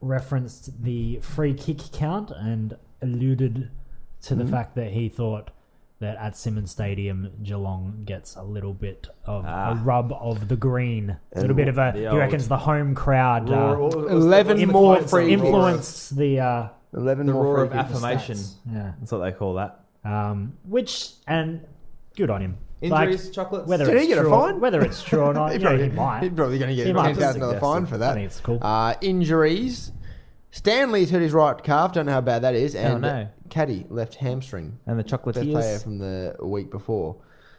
S4: referenced the free kick count and alluded to the
S1: Mm-hmm.
S4: fact that he thought that at Simmons Stadium, Geelong gets a little bit of a
S1: Ah.
S4: rub of the green. A little bit of a.
S1: the
S4: He
S1: old-
S4: reckons the home crowd uh,
S2: eleven more
S4: influenced,
S2: free
S4: influenced the. Uh,
S2: Eleven
S1: The
S2: more
S1: roar
S2: free
S1: of
S2: kicks.
S1: affirmation.
S4: stats. Yeah.
S1: That's what they call that.
S4: Um, which and good on him.
S1: Injuries, chocolates?
S4: Whether
S2: Did
S4: it's
S2: he get a
S4: true,
S2: fine?
S4: Whether it's true or not,
S2: He
S4: yeah,
S2: probably,
S4: he might.
S2: he's probably going to get
S4: He
S2: a
S4: might.
S2: ten thousand dollar
S1: Suggested.
S2: fine for that.
S4: I think it's cool.
S2: Uh, injuries. Stanley's hurt his right calf. Don't know how bad that is. And
S1: no.
S2: Caddy left hamstring.
S1: And the
S2: Best player
S1: chocolatiers.
S2: from the week before.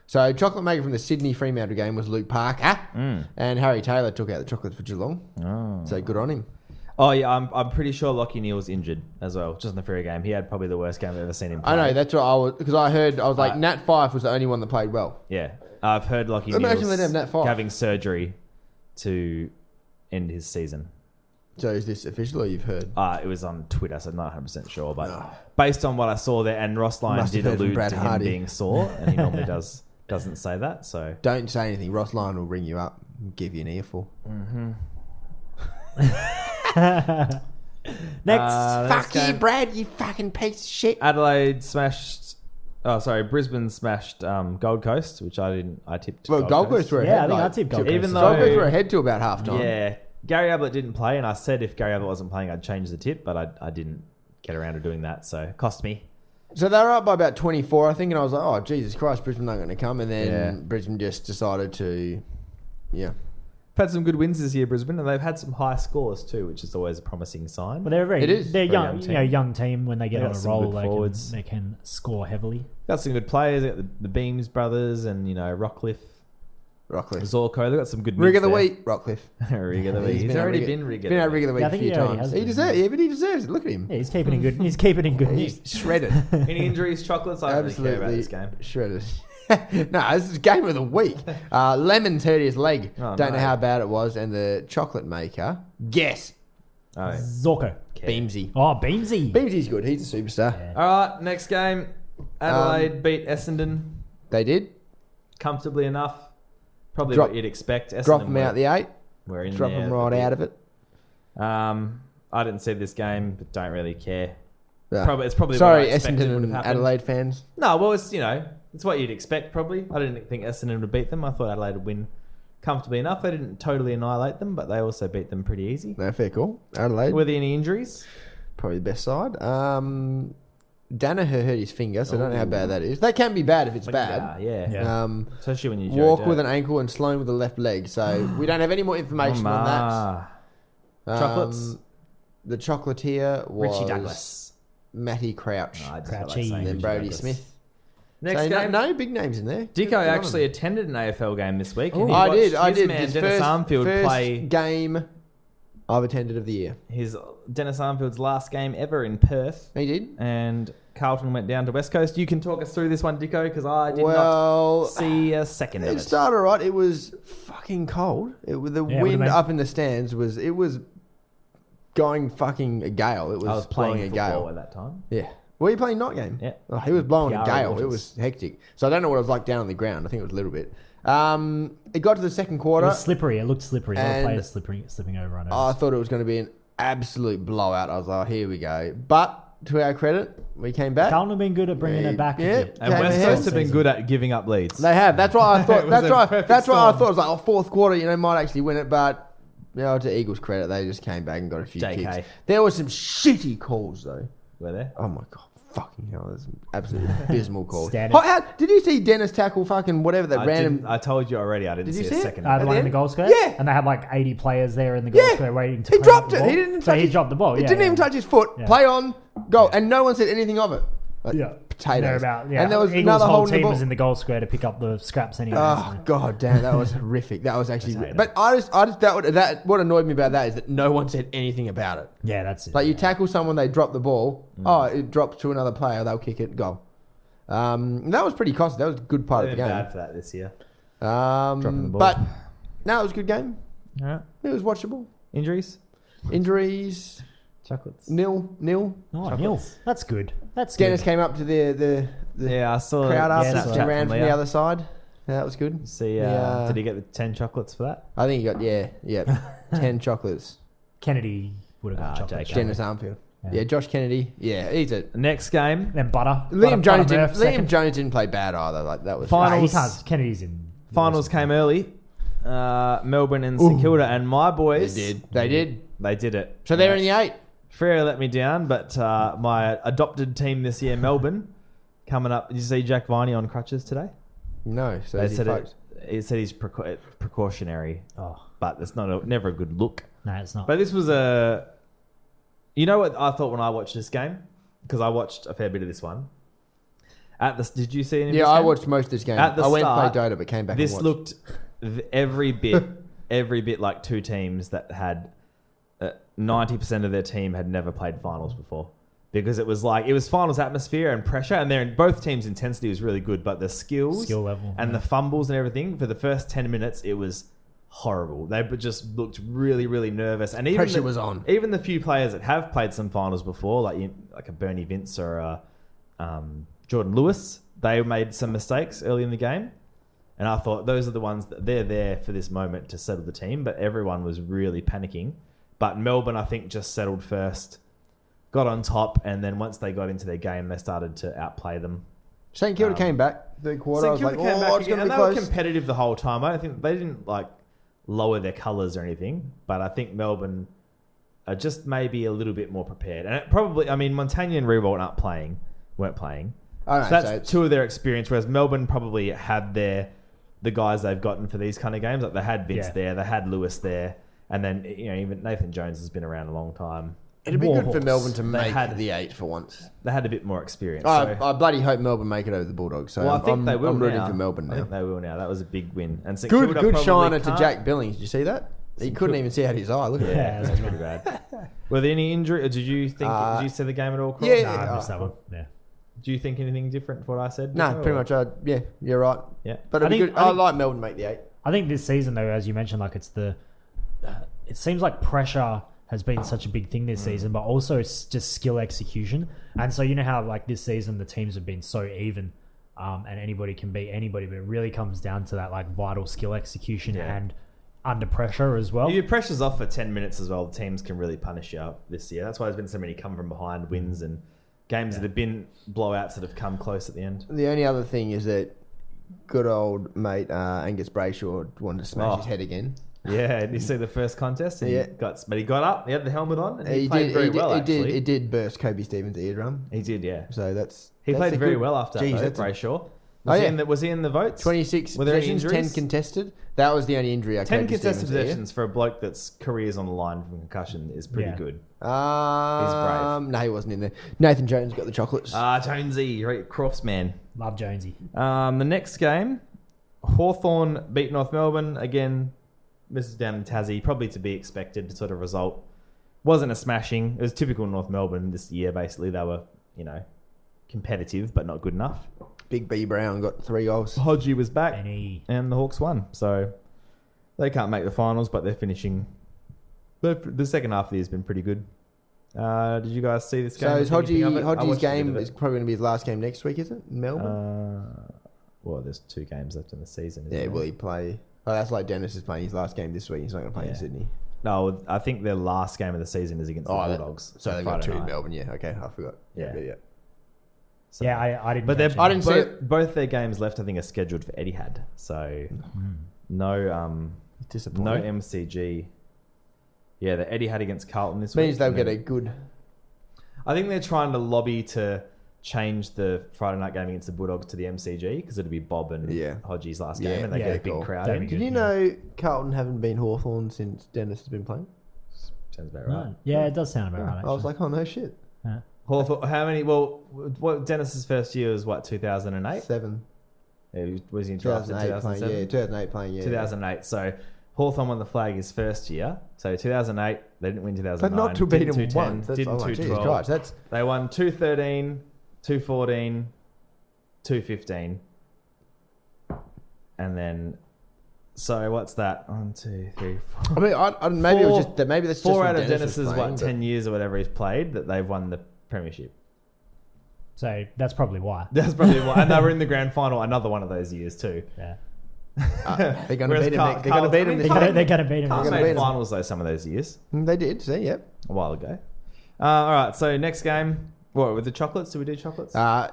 S2: So chocolate maker from the Sydney Fremantle game was Luke Parker,
S1: Mm.
S2: and Harry Taylor took out the chocolates for Geelong. So good on him.
S1: Oh yeah, I'm, I'm pretty sure Lockie Neal's injured as well. Just in the free game, he had probably the worst game I've ever seen him. Play.
S2: I know that's what I was because I heard I was like
S1: Uh,
S2: Nat Fife was the only one that played well.
S1: Yeah, I've heard Lockie
S2: Imagine
S1: Neal's
S2: they didn't have that far.
S1: having surgery to end his season.
S2: So is this official or you've heard?
S1: Uh, it was on Twitter, so I'm not 100 percent sure, but based on what I saw there, and Ross Lyon
S2: Must have
S1: did
S2: heard from
S1: allude
S2: Brad
S1: to
S2: Hardy.
S1: him being sore, and he normally does doesn't say that. So
S2: Don't say anything. Ross Lyon will ring you up, and give you an earful.
S4: Next,
S1: Uh,
S2: Fuck
S1: let's
S2: you,
S1: go.
S2: Brad. You fucking piece of shit.
S1: Adelaide smashed. Oh, sorry, Brisbane smashed um, Gold Coast, which I didn't. I tipped.
S2: well, Gold Coast were ahead.
S4: yeah, I think
S2: like,
S4: I tipped Gold
S1: even
S4: Coast.
S1: though-
S2: Gold Coast were ahead to about half time.
S1: Yeah, Gary Ablett didn't play, and I said if Gary Ablett wasn't playing, I'd change the tip, but I, I didn't get around to doing that. So cost me.
S2: So they were up by about 24, I think, and I was like, oh, Jesus Christ, Brisbane aren't going to come. And then
S1: Yeah.
S2: Brisbane just decided to, yeah.
S1: They've had some good wins this year, Brisbane, and they've had some high scores too, which is always a promising sign.
S4: But they're a very
S2: It is.
S4: they're
S1: Very
S4: young,
S1: young
S4: you know,
S1: team.
S4: young team when they get
S1: They got
S4: on a
S1: some
S4: roll
S1: good
S4: they
S1: forwards.
S4: can, they can score heavily.
S1: got some good players. They got the, the Beams brothers and you know Rockcliffe,
S2: Rockcliffe.
S1: Zorco. They got some good.
S2: Rig of the
S1: mids
S2: week, Rockcliffe.
S1: there. rig of the
S2: Yeah,
S1: week. He's,
S2: our
S1: already
S2: rig-
S1: been rig of
S2: been
S1: the
S2: our
S1: week.
S2: rig of the week
S4: Yeah, I
S2: a
S4: think
S2: few
S4: he already
S2: times.
S4: has
S2: He
S4: been.
S2: deserves, yeah, but he deserves it. Look at him.
S4: Yeah, he's keeping in good he's keeping in good
S2: He's
S4: nick.
S2: shredded.
S1: Any injuries, chocolates? I don't really care about
S2: Absolutely
S1: this game.
S2: shredded. no, this is game of the week. Uh, lemon hurt his leg.
S1: Oh,
S2: Don't
S1: no.
S2: know how bad it was. And the chocolate maker, guess
S1: I don't
S4: Zorko.
S1: care.
S2: Beamsy.
S4: Oh, Beamsy.
S2: Beamsy's good. He's a superstar.
S4: Yeah.
S1: All right, next game. Adelaide beat Essendon
S2: They did
S1: comfortably enough. Probably
S2: Drop-
S1: what you'd expect. Essendon
S2: drop him out
S1: were-
S2: the eight.
S1: were in
S2: Drop
S1: there,
S2: him right
S1: but-
S2: out of it.
S1: Um, I didn't see this game, but don't really care.
S2: No.
S1: Probably- it's probably
S2: sorry,
S1: what I expected
S2: Essendon
S1: would
S2: and
S1: have happened.
S2: Adelaide fans.
S1: No, well, it's you know, it's what you'd expect probably. I didn't think Essendon would beat them. I thought Adelaide would win comfortably enough. They didn't totally annihilate them, but they also beat them pretty easy.
S2: No fair call. Adelaide,
S1: Were there any injuries?
S2: probably the best side. Um, Danaher hurt his finger, so I don't know how bad that is. That can be bad if it's bad.
S1: Nah, yeah.
S4: Yeah.
S2: Um,
S1: Especially when you
S2: Walk with an ankle and Sloan with a left leg. So we don't have any more information on
S1: Oh,
S2: that. Um,
S1: Chocolates.
S2: The chocolatier was
S1: Richie Douglas.
S2: Matty Crouch,
S1: Nah, I just
S4: Crouchy.
S1: felt like saying
S2: and Um, then
S1: Richie
S2: Brody
S1: Douglas.
S2: Smith.
S1: Next
S2: so no-
S1: game.
S2: no, big names in there. Good
S1: Dico
S2: on 'em.
S1: actually attended an AFL game this week. And he
S2: Oh. I did.
S1: watched
S2: I
S1: his
S2: did.
S1: Man,
S2: His
S1: Dennis
S2: first,
S1: Armfield
S2: first
S1: play
S2: game I've attended of the year.
S1: his Dennis Armfield's last game ever in Perth,
S2: He did.
S1: and Carlton went down to West Coast. You can talk us through this one, Dico, because I did
S2: Well,
S1: not see a second of
S2: It
S1: it.
S2: started right. It was fucking cold. It was the
S4: Yeah, it would've
S2: wind
S4: been-
S2: up in the stands was it was going fucking a gale. It was,
S1: I was playing
S2: blowing a
S1: football
S2: gale.
S1: at that time.
S2: Yeah. Were you playing night game?
S1: Yeah.
S2: Oh, he was blowing a
S1: Yarra
S2: gale. It
S1: waters.
S2: was hectic. So I don't know what it was like down on the ground. I think it was a little bit. Um, it got to the second quarter.
S4: It was slippery. It looked slippery. All the
S2: And-
S4: players slipping, slipping over on
S2: I
S4: over.
S2: thought it was going to be an absolute blowout. I was like, here we go. But to our credit, we came back.
S4: Carlton have been good at bringing
S2: Yeah.
S4: it back. a
S2: Yeah.
S4: bit.
S1: And
S2: Came
S1: West
S2: ahead.
S1: Coast have been good at giving up leads.
S2: They have. That's why I thought.
S1: was
S2: that's
S1: a
S2: why.
S1: perfect
S2: That's why I
S1: storm.
S2: thought it was like oh, fourth quarter. You know, might actually win it, but you know, to Eagles' credit, they just came back and got a few
S1: JK.
S2: kicks. There were some shitty calls though.
S1: Were there?
S2: Oh my god, fucking hell! There's some absolute abysmal calls.
S4: Standard.
S2: Oh, how, did you see Dennis tackle fucking whatever that
S1: I,
S2: random?
S1: didn't- I told you already. I didn't
S2: Did you
S1: see,
S2: see
S1: a
S2: it?
S1: second.
S4: Uh,
S1: of it.
S2: At
S4: the one
S2: the
S4: in the
S2: end?
S4: goal square,
S2: Yeah.
S4: and they had like eighty players there in the goal
S2: Yeah.
S4: square waiting to.
S2: He
S4: claim
S2: dropped
S4: the
S2: it.
S4: ball.
S2: He didn't.
S4: So
S2: touch
S4: he
S2: it.
S4: dropped the ball.
S2: It
S4: yeah,
S2: didn't even
S4: yeah.
S2: touch his foot.
S4: Yeah.
S2: Play on, go, and no one said anything of it. Like,
S4: Yeah.
S2: potatoes.
S4: Thereabout, yeah.
S2: And there was
S4: Eagles'
S2: another
S4: whole
S2: hole in the
S4: team
S2: ball.
S4: was in the goal square to pick up the scraps anyway.
S2: Oh
S4: so-
S2: god damn, that was horrific. That was actually,
S1: Potato.
S2: but I just, I just that would, that what annoyed me about that is that no one said anything about it.
S4: yeah, Mm. that's it.
S2: Like you tackle someone, they drop the ball. Oh, it drops to another player. They'll kick it. Goal. Um, that was pretty costly. That was a good part
S1: They've
S2: of
S1: been
S2: the
S1: bad
S2: game.
S1: for that this year.
S2: Um,
S1: Dropping the ball.
S2: But no, it was a good game.
S1: All right.
S2: It was watchable.
S1: Injuries?
S2: Injuries
S1: Chocolates.
S2: nil nil.
S4: oh,
S1: Chocolates.
S4: nil. That's good. That's
S2: Dennis
S4: good.
S2: came up to the the, the
S1: Yeah, I saw
S2: crowd
S1: a
S4: yeah,
S2: after
S4: I saw
S2: after
S4: that.
S2: he ran from
S1: Leah.
S2: the other side. Yeah, that was good.
S1: See, uh,
S2: The, uh,
S1: did he get the 10 chocolates for that?
S2: I think he got yeah yeah ten chocolates.
S4: Kennedy would have got
S1: Ah,
S4: a chocolate.
S1: JK.
S4: shot.
S2: Dennis Armfield.
S4: Yeah.
S2: Yeah, Josh Kennedy. Yeah, he's a
S1: Next game.
S4: Then butter.
S2: Liam
S4: butter,
S2: Jones.
S4: butter
S2: Didn't,
S4: Murph,
S2: Liam
S4: second.
S2: Jones didn't play bad either. Like that was
S1: Fine.
S4: Nah, he
S1: Finals.
S4: can't. Kennedy's in.
S1: Finals came early. Uh, Melbourne and St Kilda and my
S2: They
S1: boys.
S2: did. They did.
S1: They did it.
S2: So they're in the eight.
S1: Freo let me down, but uh, my adopted team this year, Melbourne, coming up. Did you see Jack Viney on crutches today?
S2: No, so
S1: They
S2: is he
S1: said
S2: fucked?
S1: it, it said he's precau- precautionary,
S4: Oh,
S1: but it's not a, never a good look.
S4: no, it's not.
S1: But this was a. You know what I thought when I watched this game because I watched a fair bit of this one. At the did you see any? of
S2: Yeah,
S1: this
S2: I
S1: game?
S2: watched most of this game.
S1: At the
S2: I went and
S1: start,
S2: played Dota, but came back.
S1: This
S2: and watched.
S1: looked th- every bit, every bit like two teams that had uh, ninety percent of their team had never played finals before. Because it was like it was finals atmosphere and pressure, and their both teams' intensity was really good, but the skills,
S4: Skill level,
S1: and the fumbles and everything for the first ten minutes, it was horrible. They b- just looked really, really nervous, and even
S2: Pressure
S1: the,
S2: was on.
S1: Even the few players that have played some finals before, like you, like a Bernie Vince or a, um, Jordan Lewis, they made some mistakes early in the game. And I thought those are the ones that they're there for this moment to settle the team, but everyone was really panicking. But Melbourne, I think, just settled first, got on top, and then once they got into their game, they started to outplay them.
S2: St
S1: um,
S2: Kilda came back third quarter. I was like,
S1: came
S2: oh,
S1: back
S2: it's
S1: again,
S2: going
S1: and
S2: to be
S1: they were
S2: close.
S1: competitive the whole time. I don't think they didn't like lower their colours or anything, but I think Melbourne are just maybe a little bit more prepared. And it probably, I mean, Montagna and Rewalt aren't playing, weren't playing.
S2: All right,
S1: so
S2: so
S1: that's
S2: it's-
S1: two of their experience. Whereas Melbourne probably had their the guys they've gotten for these kind of games. Like they had Vince
S4: Yeah.
S1: there, they had Lewis there, and then you know even Nathan Jones has been around a long time.
S2: It'd be good for Melbourne to make
S1: had-
S2: the eight for once.
S1: They had a bit more experience.
S2: I,
S1: so-
S2: I bloody hope Melbourne make it over the Bulldogs. So
S1: well, I
S2: I'm,
S1: think
S2: I'm-
S1: they will.
S2: I'm rooting
S1: now.
S2: for Melbourne
S1: I
S2: now.
S1: think they will now. That was a big win. And St
S2: Good,
S1: Kilda
S2: good
S1: probably
S2: shiner to
S1: can't-
S2: Jack Billings. Did you see that? He couldn't even see out his eye. Look at that.
S1: Yeah, that's pretty bad. Were there any injury? Or did you think?
S2: Uh,
S1: did you see the game at all? Carl?
S2: yeah.
S4: No, I missed
S2: Uh,
S4: that one. Yeah.
S1: Do you think anything different to what I said?
S2: No,
S1: Nico,
S2: pretty
S1: or-
S2: much. Uh, yeah, you're right.
S1: Yeah.
S2: But uh,
S4: I
S2: it'd be
S4: think-
S2: good.
S4: I
S2: I,
S4: think-
S2: like Melbourne to make the eight.
S4: I think this season, though, as you mentioned, like it's the, uh, it seems like pressure has been such a big thing
S1: Mm.
S4: this season, but also it's just skill execution. And so you know how like this season the teams have been so even, um, and anybody can beat anybody, but it really comes down to that like vital skill execution
S1: Yeah.
S4: and under pressure as well.
S1: If your pressure's off for 10 minutes as well, the teams can really punish you up this year. That's why there's been so many come from behind wins and games that have been blowouts that have come close at the end.
S2: The only other thing is that good old mate uh, Angus Brayshaw wanted to smash
S1: Oh.
S2: his head again.
S1: Yeah, and you see the first contest, and
S2: Yeah.
S1: he got, but he got up, he had the helmet on, and he,
S2: He
S1: played
S2: did.
S1: very
S2: he did,
S1: well,
S2: it
S1: actually.
S2: did. It did burst Kobe Stevens' eardrum.
S1: He did, yeah.
S2: So that's
S1: He
S2: that's a
S1: played very
S2: good-
S1: well after
S2: Jeez,
S1: that,
S2: that's
S1: though,
S2: a-
S1: Brayshaw. Was,
S2: Oh,
S1: he
S2: yeah.
S1: in the, was he in the votes?
S2: 26
S1: Were there any
S2: possessions, 10
S1: injuries?
S2: contested. That was the only injury I
S1: 10
S2: Kobe
S1: contested
S2: Stevens' ear.
S1: possessions for a bloke that's career's on the line from concussion is pretty
S4: Yeah.
S1: good.
S2: Um, no, he wasn't in there. Nathan Jones got the chocolates.
S1: Ah, Jonesy, right, Crofts, man.
S4: Love Jonesy.
S1: Um, the next game, Hawthorn beat North Melbourne again. Mrs. Down and Tassie, probably to be expected sort of result. Wasn't a smashing. It was typical North Melbourne this year. Basically, they were you know competitive but not good enough.
S2: Big B Brown got three goals.
S1: Hodgie was back,
S4: Any
S1: and the Hawks won. So they can't make the finals, but they're finishing. The, the second half of the year has been pretty good. Uh, did you guys see this game?
S2: So is
S1: Think anything
S2: Hodgie,
S1: of it? I
S2: Hodgie's
S1: watched a bit
S2: game
S1: of it.
S2: is probably going to be his last game next week, is it? In Melbourne?
S1: Uh, well, there's two games left in the season. isn't
S2: yeah,
S1: there?
S2: will he play? Oh, that's like Dennis is playing his last game this week. He's not going to play in
S1: Yeah.
S2: Sydney.
S1: No, I think their last game of the season is against the
S2: Oh, that-
S1: Bulldogs.
S2: So
S1: on
S2: they've got
S1: Friday
S2: two in
S1: night.
S2: Melbourne. Yeah, okay, I forgot.
S1: Yeah.
S2: yeah.
S1: So-
S4: yeah, I, I didn't.
S1: but
S4: catch
S1: they're,
S4: it.
S2: I didn't see
S1: both,
S2: it.
S1: both their games left, I think, are scheduled for Etihad. So
S4: Hmm.
S1: no, um, no
S2: Disappointing.
S1: MCG. Yeah, the Etihad against Carlton this
S2: Means
S1: week.
S2: they'll
S1: and
S2: get
S1: then-
S2: a good.
S1: I think they're trying to lobby to change the Friday night game against the Bulldogs to the MCG because it'll be Bob and
S2: Yeah.
S1: Hodgie's last
S2: Yeah,
S1: game, and they
S2: yeah,
S1: get a big
S2: cool.
S1: crowd. in.
S4: That'd be good.
S2: Did you know Carlton haven't been Hawthorn since Dennis has been playing?
S1: Sounds about right.
S4: No. Yeah, it does sound about right.
S2: I was
S4: actually.
S2: like, oh no shit.
S4: Yeah.
S1: Hawthorn, how many? Well, what Dennis's first year was what 2008.
S2: Seven.
S1: He was in
S2: 2008 playing,
S1: 2007.
S2: yeah. 2008 playing, yeah.
S1: 2008. So Hawthorn won the flag his first year. So 2008, they didn't win 2009.
S2: But not to beat
S1: didn't
S2: him
S1: 210,
S2: once. That's,
S1: Didn't
S2: oh, Jesus
S1: 212.
S2: Christ, that's
S1: They won 213, 214, 215. And then, so what's that? One, two, three, four.
S2: I mean, I, I, maybe it
S1: Four-
S2: was just that. Maybe that's just
S1: Four
S2: when
S1: out of
S2: Dennis was
S1: Dennis's,
S2: playing,
S1: what,
S2: but-
S1: 10 years or whatever he's played, that they've won the premiership.
S4: So that's probably why.
S1: That's probably why. and they were in the grand final another one of those years, too.
S4: Yeah.
S2: Uh, they're going to
S1: Whereas
S2: beat him.
S1: Carl-
S2: next- They're
S1: Carl-
S2: going to beat
S1: I
S2: him.
S1: mean,
S2: This
S1: Carl-
S2: year.
S4: They're, they're gonna beat him.
S1: Carlton
S2: They're gonna beat
S1: made
S2: him.
S1: finals, though, some of those years.
S2: they did. See, yep.
S1: a while ago. Uh, all right, so next game. What with the chocolates? Do we do chocolates?
S2: Uh,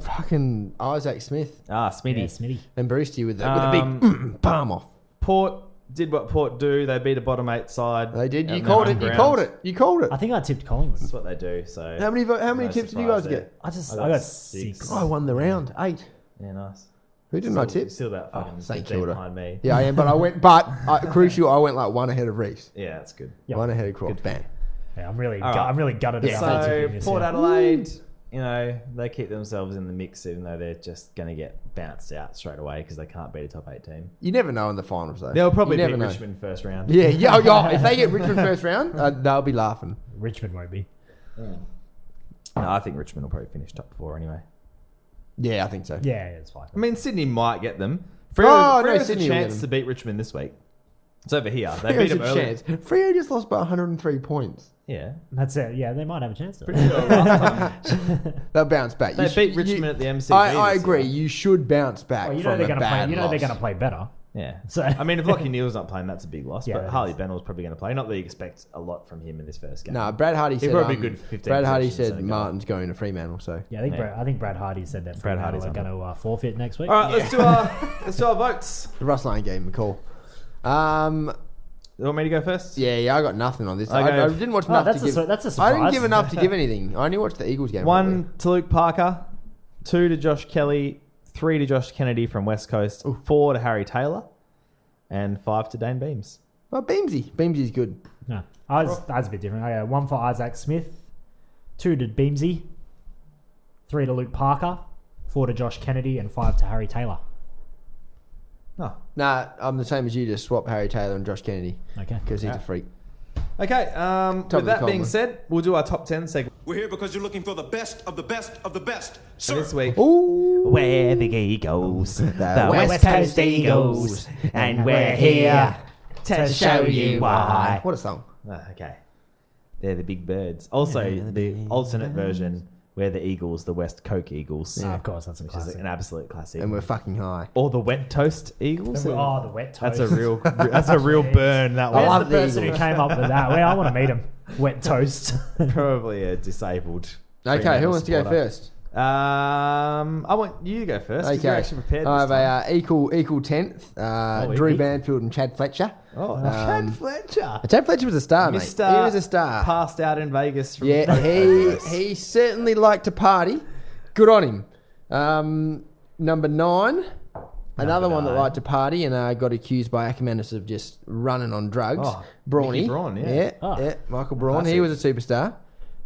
S2: fucking Isaac Smith
S1: ah,
S4: Yeah,
S1: Smitty.
S4: Smitty.
S2: and Brewsty with, the, with a
S1: Um,
S2: big palm off.
S1: Port did what Port do. They beat a bottom eight side.
S2: They did.
S1: out
S2: You
S1: in
S2: called
S1: their
S2: it.
S1: home
S2: You called
S1: ground.
S2: it. You called it.
S4: I think I tipped Collingwood.
S1: That's what they do. So
S2: How many? vo- How many
S1: No
S2: tips did you
S1: surprise
S2: guys
S1: there.
S2: get?
S4: I just
S1: I
S4: I
S1: got
S4: got,
S1: six.
S4: six.
S2: I won the round eight.
S1: Yeah, nice.
S2: Who did my
S1: Still-
S2: tip?
S1: Still about fucking
S2: St
S1: 15
S2: Kilda.
S1: behind me.
S2: Yeah, I am. But I went. But I, crucial. I went like one ahead of Reese.
S1: yeah, that's good.
S4: Yeah.
S2: One ahead of Croft. Bang.
S4: Yeah, I'm really,
S1: All
S4: gu-
S1: right.
S4: I'm really gutted
S2: Yeah.
S4: about
S1: So
S4: tipping this
S1: Port
S4: year.
S1: Adelaide, you know, they keep themselves in the mix, even though they're just going to get bounced out straight away because they can't beat a top eight team.
S2: You never know in the finals though.
S1: They'll probably
S2: you
S1: beat
S2: never know.
S1: Richmond first round.
S2: Yeah, yeah, oh, yeah. If they get Richmond first round, uh, they'll be laughing.
S4: Richmond won't be.
S1: No, I think Richmond will probably finish top four anyway.
S2: Yeah, I think so.
S4: Yeah, yeah, it's fine.
S1: I mean, Sydney might get them.
S2: Oh,
S1: Freo,
S2: no,
S1: Freo has
S2: Sydney
S1: a
S2: will
S1: chance
S2: get them.
S1: to beat Richmond this week. It's over here. They
S2: Freo's
S1: beat them
S2: a
S1: early.
S2: chance. Freo just lost by 103 points.
S1: Yeah.
S4: That's it. Yeah, they might have a chance. though.
S2: They'll bounce back.
S1: They
S2: sh-
S1: beat Richmond at the MCG
S2: I, I
S1: this
S2: agree.
S1: year.
S2: You should bounce back.
S4: Well, you know
S2: from
S4: they're
S2: a
S4: going to play.
S2: bad
S4: You know they're
S2: loss.
S4: going to play better.
S1: Yeah.
S4: So-
S1: I mean, if Lockie Neal's not playing, that's a big loss.
S4: Yeah,
S1: but
S4: it
S1: Harley
S4: is.
S1: Bennell's probably going to play. Not that you expect a lot from him in this first game.
S2: No, Brad Hardy said.
S1: probably
S2: um,
S1: good 15
S2: Brad Hardy
S1: possessions
S2: said
S1: and a goal.
S2: Martin's going to Fremantle. So
S4: Yeah, I think
S1: Yeah.
S4: Brad, I think Brad Hardy said that.
S1: Brad Hardy's
S4: are
S1: on
S4: going to uh, forfeit next week.
S1: All right, let's do our let's do our votes.
S2: the Russ Lane gave him a call. Um,
S1: You want me to go first?
S2: Yeah, yeah, I got nothing on this.
S1: Okay.
S2: I, I didn't watch
S4: Oh,
S2: enough
S4: that's
S2: to
S4: a
S2: give.
S4: sur- that's a
S2: I didn't
S4: surprise.
S2: give enough to give anything. I only watched the Eagles game. probably.
S1: One to Luke Parker, two to Josh Kelly, three to Josh Kennedy from West Coast, four to Harry Taylor, and five to Dane Beams.
S2: Oh, Beamsy. Beamsy's good.
S4: No, I was, I was a bit different. I got one for Isaac Smith, two to Beamsy, three to Luke Parker, four to Josh Kennedy, and five to Harry Taylor.
S1: Oh.
S2: Nah, I'm the same as you. Just swap Harry Taylor and Josh Kennedy
S4: Okay.
S2: because he's a freak.
S1: Okay, um,
S2: of
S1: with
S2: the
S1: that being
S2: column.
S1: said, we'll do our top 10 segment
S3: We're here because you're looking for the best of the best of the best.
S1: for
S3: Sir,
S1: this week.
S2: Ooh. Uh,
S5: Where the Eagles, the,
S2: West
S5: West,
S4: Coast
S5: Coast Eagles, and we're here to show you why.
S2: What a song.
S1: Ah, okay. They're the big birds. Also, the alternate version, where the Eagles, the West Coke Eagles.
S4: Ah, of course, that's a
S1: Which is
S4: classic.
S1: an absolute classic.
S2: And we're fucking high.
S1: or the Wet Toast Eagles.
S4: Oh, the wet toast.
S1: That's a real that's a real burn that
S4: Where's
S1: one.
S2: love
S4: the
S2: the
S4: person who
S2: Eagles.
S4: came up with that? Well, I want to meet him. Wet toast.
S1: Probably a disabled.
S2: Okay, who wants to go
S1: supporter.
S2: first?
S1: Um, I want you to go first. Okay.
S2: Okay.
S1: You're actually prepared.
S2: I
S1: This
S2: have
S1: time.
S2: a uh, equal equal tenth. Uh,
S1: Oh,
S2: Drew
S1: equal.
S2: Banfield and Chad Fletcher.
S1: Oh,
S2: um,
S1: Chad Fletcher.
S2: Chad Fletcher was a star, mate.
S1: Mister
S2: He was a star.
S1: Passed out in Vegas. From
S2: yeah, he he certainly liked to party. Good on him. Um, number nine, another one that
S1: nine.
S2: liked to party and uh, got accused by Ackermanis of just running on drugs.
S1: Oh,
S2: Brawny.
S1: Mickey Braun, yeah.
S2: Yeah,
S4: Ah.
S2: yeah, Michael Braun. He
S1: Classic.
S2: was a superstar.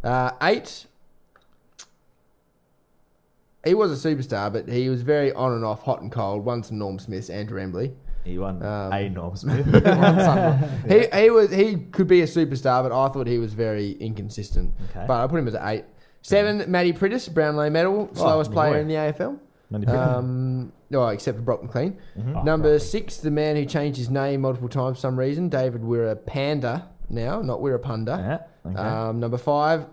S2: Uh, eight, he was a superstar, but he was very on and off, hot and cold. Once Norm Smith, Andrew Embley.
S1: He won
S2: Um,
S1: a Norm Smith.
S2: He, he was he could be a superstar, but I thought he was very inconsistent.
S1: Okay.
S2: But I put him as an eight. Seven, Matty Prittis, Brownlow medal, slowest
S1: Oh, boy.
S2: player in the AFL. Um, oh, except for Brock McLean.
S1: Mm-hmm.
S2: Number six, the man who changed his name multiple times for some reason, David Wirrapanda now, not Wirrapanda.
S1: Yeah, okay.
S2: um, number five,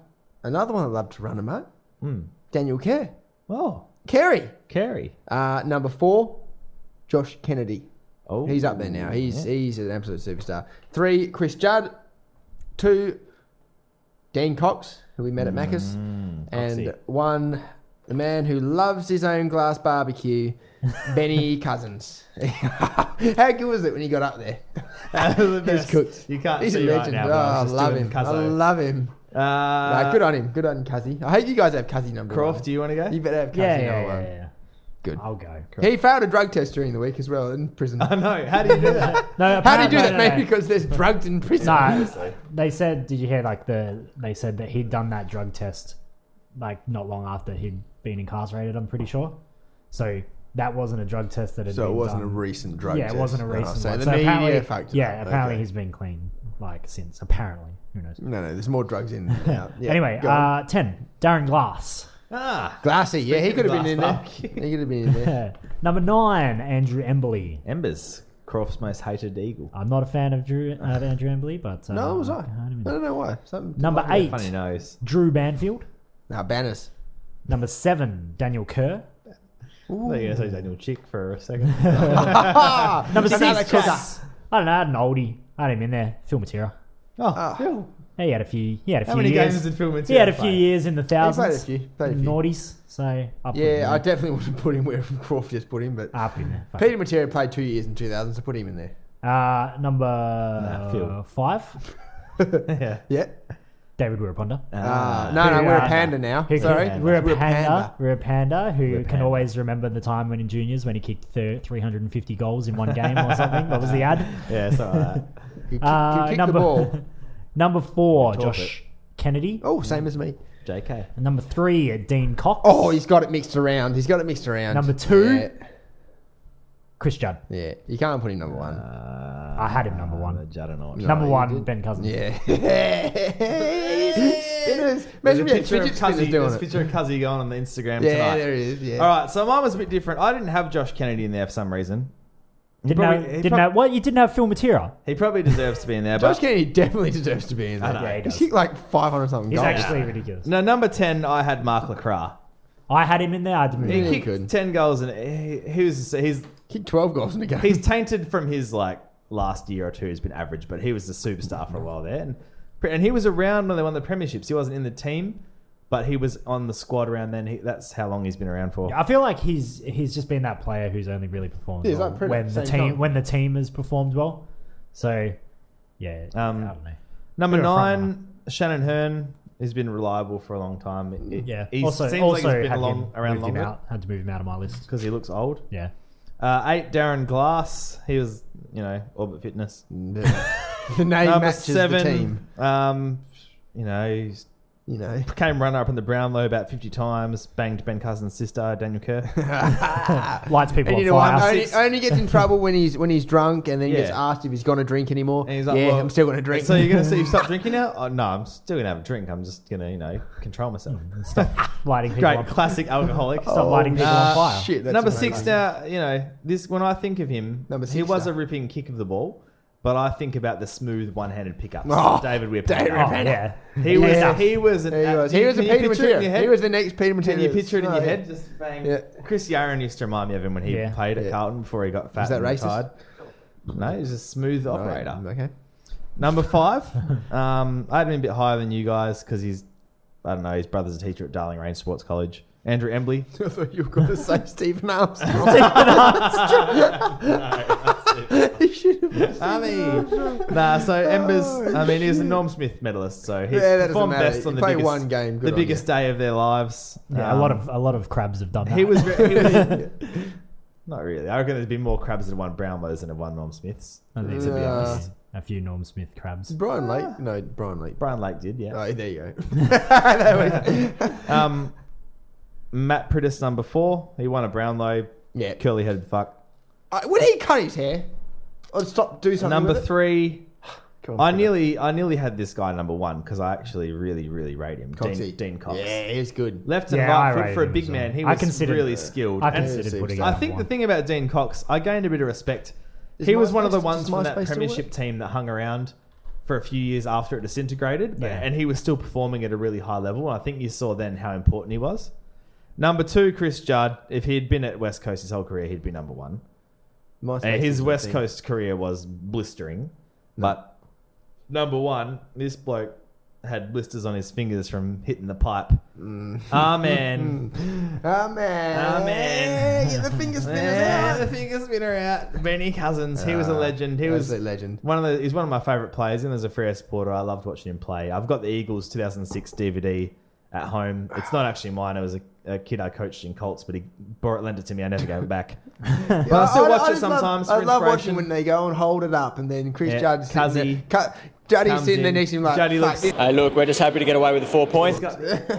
S2: another one that loved to run amok,
S1: Hmm.
S2: Daniel Kerr.
S1: oh,
S2: Kerry.
S1: Kerry.
S2: Uh, number four, Josh Kennedy.
S1: Oh,
S2: He's up there now. He's he's an absolute superstar. Three, Chris Judd. Two, Dan Cox, who we met at Macca's. and
S1: Mm, Coxie.
S2: one, the man who loves his own glass barbecue, Benny Cousins. How good was it when he got up there?
S1: the
S2: He's
S1: best.
S2: cooked.
S1: You can't
S2: He's
S1: see
S2: a
S1: right
S2: legend.
S1: now,
S2: Oh,
S1: but I
S2: I
S1: was just
S2: love
S1: doing
S2: him. I
S1: Cuzzo.
S2: love him.
S1: Uh,
S2: Nah, good on him. Good on Cuzzy. I hope you guys have Cuzzy number
S1: Croft,
S2: one.
S1: do you want to go?
S2: You better have Cuzzy
S4: yeah, yeah,
S2: number
S4: yeah,
S2: one.
S4: yeah, yeah.
S2: Good.
S4: I'll go.
S2: He failed a drug test during the week as well in prison.
S1: I know. How do you do that?
S4: No,
S2: How did
S4: apparently-
S2: you do that,
S4: no,
S2: mate?
S4: no, no.
S2: Because there's drugs in prison.
S4: No, they said. Did you hear? Like the they said that he'd done that drug test, like not long after he'd been incarcerated. I'm pretty sure. So that wasn't a drug test that had
S2: So it
S4: been
S2: wasn't a
S4: done.
S2: recent drug
S4: yeah,
S2: test.
S4: it wasn't a
S2: No,
S4: recent
S2: so
S4: one.
S2: the
S4: so
S2: media
S4: apparently,
S2: fucked it
S4: yeah,
S2: up.
S4: apparently
S2: Okay.
S4: he's been clean like since. Apparently, who knows?
S2: No, no, there's more drugs in. than out. Yeah,
S4: anyway,
S2: go on.
S4: uh, ten. Darren Glass.
S1: ah,
S2: Glassy, yeah, he
S1: speaking
S2: could have
S1: of
S2: been in there.
S1: glass
S2: He could have been in there.
S4: Number nine, Andrew Emberley.
S1: Embers, Croft's most hated eagle.
S4: I'm not a fan of Drew of Andrew Emberley, but uh,
S2: No, it was I.
S4: I don't even
S2: I
S4: know.
S2: don't know why. Something
S4: Number eight,
S1: Funny nose.
S4: Drew Banfield.
S2: Now banners.
S4: Number seven, Daniel Kerr.
S1: I thought you were going to say Daniel Chick for a second. Oh,
S2: ah!
S4: Number
S2: Another
S4: six,
S2: cooker.
S4: Chris. I don't know, I had an oldie. I had him in there. Phil Matera.
S1: oh, Phil.
S4: He had a few. He had a
S1: How
S4: few
S1: many
S4: years.
S1: games did Phil Matera
S4: He had a few
S1: play?
S4: years in the thousands.
S2: He played a few, played a few.
S4: Noughties, So I put
S2: Yeah, I
S4: him in there.
S2: definitely wouldn't put him where Croft just put him, but
S4: I put him in there. Ah, Fuck
S2: Peter Matera played two years in 2000, so put him in there.
S4: it. Uh, number
S1: Phil.
S4: five,
S1: yeah. Ah.
S2: Yeah.
S4: David Wirraponda.
S2: Uh, no, no,
S4: Who,
S2: we're
S4: uh,
S2: a panda now.
S4: Who
S2: Sorry,
S4: Can, we're, a panda,
S2: panda.
S4: We're a panda who
S1: a
S4: can
S1: panda.
S4: always remember the time when in juniors when he kicked thir- 350 goals in one game or something. What was the ad?
S1: Yeah, something like that.
S2: You kick, you
S4: Uh,
S2: kick the ball.
S4: number four,
S1: Talk
S4: Josh Kennedy.
S2: Oh, same as me.
S1: JK.
S4: And number three, Dean Cox.
S2: Oh, he's got it mixed around. He's got it mixed around.
S4: Number two?
S2: Yeah,
S4: Chris Judd.
S2: yeah. you can't put him number one.
S1: Uh,
S4: I had him number one.
S1: The Juddernaut.
S4: number
S2: you
S4: one,
S2: didn't.
S4: Ben Cousins.
S2: Uh, Yeah. spinners. Imagine we had fidget spinners doing
S1: There's a
S2: it.
S1: picture of Cuzzy going on the Instagram
S2: Yeah,
S1: tonight.
S2: there is. Yeah.
S1: All right, so mine was a bit different. I didn't have Josh Kennedy in there for some reason. He
S4: Didn't
S1: probably,
S4: have,
S1: he
S4: didn't
S1: prob-
S4: have, what? You didn't have Phil Matera.
S1: he probably deserves to be in there.
S2: Josh
S1: but
S2: Kennedy definitely deserves to be in there.
S1: know, he
S2: He's
S1: does.
S2: kicked like 500 something
S4: He's
S2: goals.
S4: actually ridiculous.
S1: no, number ten, I had Mark Lacra.
S4: I had him in there. I didn't.
S1: He
S2: Yeah, he
S1: kicked
S2: could.
S1: ten goals, and he, he was he's
S2: kicked 12 goals in a game.
S1: he's tainted from his like last year or two. He's been average, but he was a superstar for a while there, and and he was around when they won the premierships. He wasn't in the team, but he was on the squad around then. He, that's how long he's been around for.
S4: I feel like he's he's just been that player who's only really performed
S2: Yeah, he's
S4: well
S2: like pretty-
S4: when the
S2: same
S4: team
S2: time.
S4: when the team has performed well. So Yeah,
S1: Um,
S4: I don't know.
S1: Number
S4: Bit of a front
S1: nine, Shannon Hearn has been reliable for a long time. It-
S4: Yeah.
S1: he
S4: also,
S1: seems
S4: also
S1: like he's
S4: had
S1: been long,
S4: him,
S1: around
S4: moved him
S1: longer
S4: out. Had to move him out of my list.
S1: because he looks old.
S4: Yeah.
S1: Uh, eight, Darren Glass. He was, you know, Orbit Fitness.
S2: uh, the name
S1: Number
S2: matches
S1: seven,
S2: the team.
S1: Um, you know, he's
S2: You know,
S1: came runner up in the Brownlow about 50 times, banged Ben Cousins' sister, Daniel Kerr.
S4: Lights people
S2: and you
S4: on
S2: know what?
S4: fire.
S2: Only, only gets in trouble when he's when he's drunk, and then
S1: Yeah.
S2: gets asked if he's going to drink anymore.
S1: And he's like,
S2: yeah,
S1: well,
S2: I'm still going to drink.
S1: So you're going to say you stop drinking now? Oh, no, I'm still going to have a drink. I'm just going to, you know, control myself.
S2: Mm-hmm.
S4: Lighting people
S1: Great
S4: on fire.
S1: classic alcoholic.
S4: Stop lighting people on fire.
S2: Shit, Oh, that's
S1: Uh, Number
S2: amazing.
S1: six now, you know, this when I think of him,
S2: Number
S1: he
S2: six
S1: was
S2: now.
S1: a ripping kick of the ball, but I think about the smooth one-handed pickups.
S2: Oh,
S1: David Whipple.
S2: David
S4: Oh, yeah.
S1: He
S2: Yeah.
S1: was he was an,
S2: There he was. He was a
S1: can you
S2: Peter
S1: picture it in your
S2: Matera.
S1: head?
S2: He was the next Peter Matera.
S1: Can you picture it in your
S2: Oh, yeah.
S1: head? Just bang.
S2: Yeah.
S1: Chris Yaron used to remind me of him when he
S4: Yeah.
S1: played at
S2: Yeah.
S1: Carlton before he got fat.
S2: Is that
S1: and
S2: racist?
S1: retired. No, he's a smooth
S2: Right,
S1: operator.
S2: Okay.
S1: Number five. um, I had him a bit higher than you guys because he's, I don't know, his brother's a teacher at Darling Range Sports College. Andrew Embley.
S2: I thought you were going to say Stephen Armstrong.
S1: nah, so Ember's, I mean, he's a Norm Smith medalist, so he
S2: Oh, Yeah, that doesn't
S1: performed
S2: matter.
S1: best on
S2: You
S1: the
S2: play
S1: biggest,
S2: one game, good
S1: the
S2: on
S1: biggest day of their lives.
S4: Yeah, a
S1: Um,
S4: lot of a lot of crabs have done that.
S1: He was, re- he was not really. I reckon there'd be more crabs that won Brownlows than have won Norm Smiths.
S4: I think there's a, bit
S2: Yeah.
S4: of a few- a few Norm Smith crabs.
S2: Brian Lake? No, Brian Lake.
S1: Brian Lake did, yeah.
S2: Oh, there you go.
S1: Um, Matt Prittis, number four. He won a Brownlow.
S2: Yeah.
S1: Curly headed fuck.
S2: Uh, would he cut his hair? Or stop, do something
S1: Number
S2: with it?
S1: three.
S2: Come
S1: I
S2: Peter.
S1: nearly, I nearly had this guy number one because I actually really, really rate him.
S2: Coxey.
S1: Dean, Dean Cox.
S2: Yeah, he's good.
S1: Left and
S4: Yeah, I
S1: right foot
S4: rated
S1: for a
S4: him
S1: big
S4: as well.
S1: man. He
S4: I
S1: was
S4: considered-
S1: really skilled.
S4: I
S1: And
S4: considered
S2: Yeah,
S4: putting.
S2: so
S1: I
S4: him
S1: think
S4: on
S1: the
S4: one.
S1: thing about Dean Cox, I gained a bit of respect.
S2: Is
S1: he was one of the
S2: MySpace-
S1: ones
S2: does
S1: from
S2: MySpace
S1: that
S2: still
S1: Premiership team that hung around for a few years after it disintegrated, but-
S4: Yeah.
S1: and he was still performing at a really high level. And I think you saw then how important he was. Number two, Chris Judd. If he had been at West Coast his whole career, he'd be number one. Uh,
S2: MySpace
S1: his
S2: is a
S1: West
S2: thing.
S1: Coast career was blistering, but number one, this bloke had blisters on his fingers from hitting the pipe.
S2: Mm.
S1: Ah man,
S2: Ah, man.
S1: Ah, man.
S2: Get the finger spinners
S1: Yeah,
S2: out.
S1: the finger spinner out. Benny Cousins, he was a
S2: Ah,
S1: legend. He
S2: that
S1: was
S2: a legend.
S1: one of the. He's one of my favourite players, and as a Freo supporter, I loved watching him play. I've got the Eagles 2006 DVD at home. It's not actually mine. It was a, a kid I coached in Colts, but he bought it, lent it to me. I never gave it back. but I still watch it
S2: just love-
S1: sometimes.
S2: I
S1: for
S2: love watching
S1: inspiration.
S2: when they go and hold it up, and then Chris
S1: Yeah,
S2: Judd's sitting
S1: Cuzzy
S2: there. Cu- Juddy's
S1: comes
S2: sitting there
S1: in.
S2: next to him like,
S1: Juddy
S2: "Fuck
S1: looks-
S2: this
S6: Hey, look, we're just happy to get away with the four points.
S1: He's got,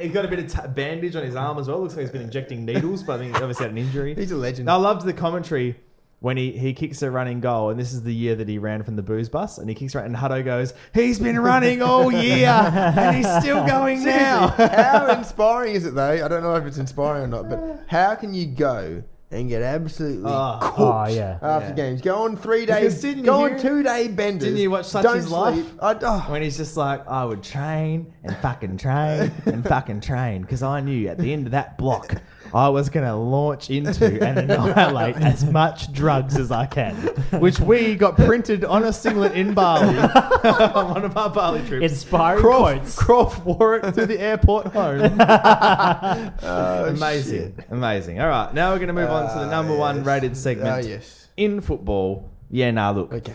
S1: he's got a bit of t- bandage on his arm as well. Looks like he's been injecting needles, but I think he's obviously had an injury.
S2: He's a legend.
S1: I loved the commentary when he, he kicks a running goal, and this is the year that he ran from the booze bus, and he kicks right, and Hutto goes, "He's been running all year, and he's still going now."
S2: how inspiring is it though? I don't know if it's inspiring or not, but how can you go and get absolutely
S1: Oh.
S2: cooked
S4: Oh, yeah.
S2: after
S1: Yeah.
S2: games? Go on three
S1: Because
S2: days,
S1: didn't
S2: go
S1: you
S2: on
S1: hear-
S2: two day benders.
S1: didn't you watch Such
S2: don't
S1: Is Life?
S2: sleep. I, oh,
S1: When he's just like, I would train and fucking train and fucking train because I knew at the end of that block I was going to launch into and annihilate as much drugs as I can, which we got printed on a singlet in Bali on one of our Bali trips.
S4: inspiring
S1: Croft,
S4: quotes.
S1: Croft wore it to the airport home.
S2: Oh,
S1: amazing, amazing. All right, now we're going to move on to the number one
S2: Ah, yes.
S1: rated segment
S2: Oh, yes.
S1: in football. Yeah, nah, look.
S2: Okay.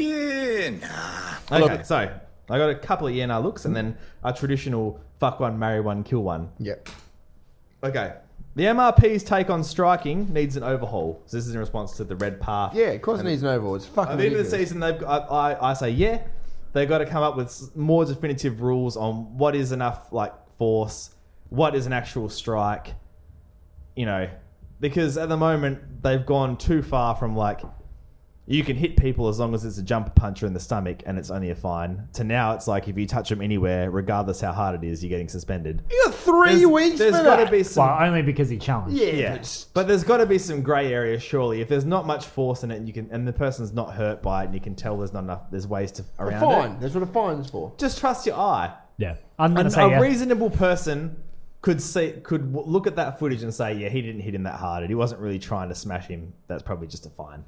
S1: Okay, so I got a couple of ENR looks and then a traditional fuck one, marry one, kill one.
S2: Yep.
S1: Okay. The MRP's take on striking needs an overhaul. So this is in response to the red path.
S2: Yeah, of course it needs an overall. It's fucking
S1: At the end of the
S2: ridiculous.
S1: season, they've got, I, I, I say yeah, they've got to come up with s- more definitive rules on what is enough like force, what is an actual strike, you know, because at the moment they've gone too far from like you can hit people as long as it's a jumper puncher in the stomach and it's only a fine. To now it's like if you touch them anywhere, regardless how hard it is, you're getting suspended.
S2: You got three
S1: There's-
S2: weeks
S1: There's
S2: for
S1: got
S2: that.
S1: to be some
S4: Well, only because he challenged.
S2: Yeah,
S1: yeah,
S2: but s-
S1: but there's got to be some grey area, surely. If there's not much force in it, and you can, and the person's not hurt by it, and you can tell there's not enough. There's ways to
S2: a
S1: around
S2: fine.
S1: it.
S2: That's what a fine's for.
S1: Just trust your eye.
S4: Yeah. I'm
S1: And
S4: gonna
S1: a
S4: say yeah.
S1: reasonable person could see, could w- look at that footage and say, yeah, he didn't hit him that hard, and he wasn't really trying to smash him. That's probably just a fine.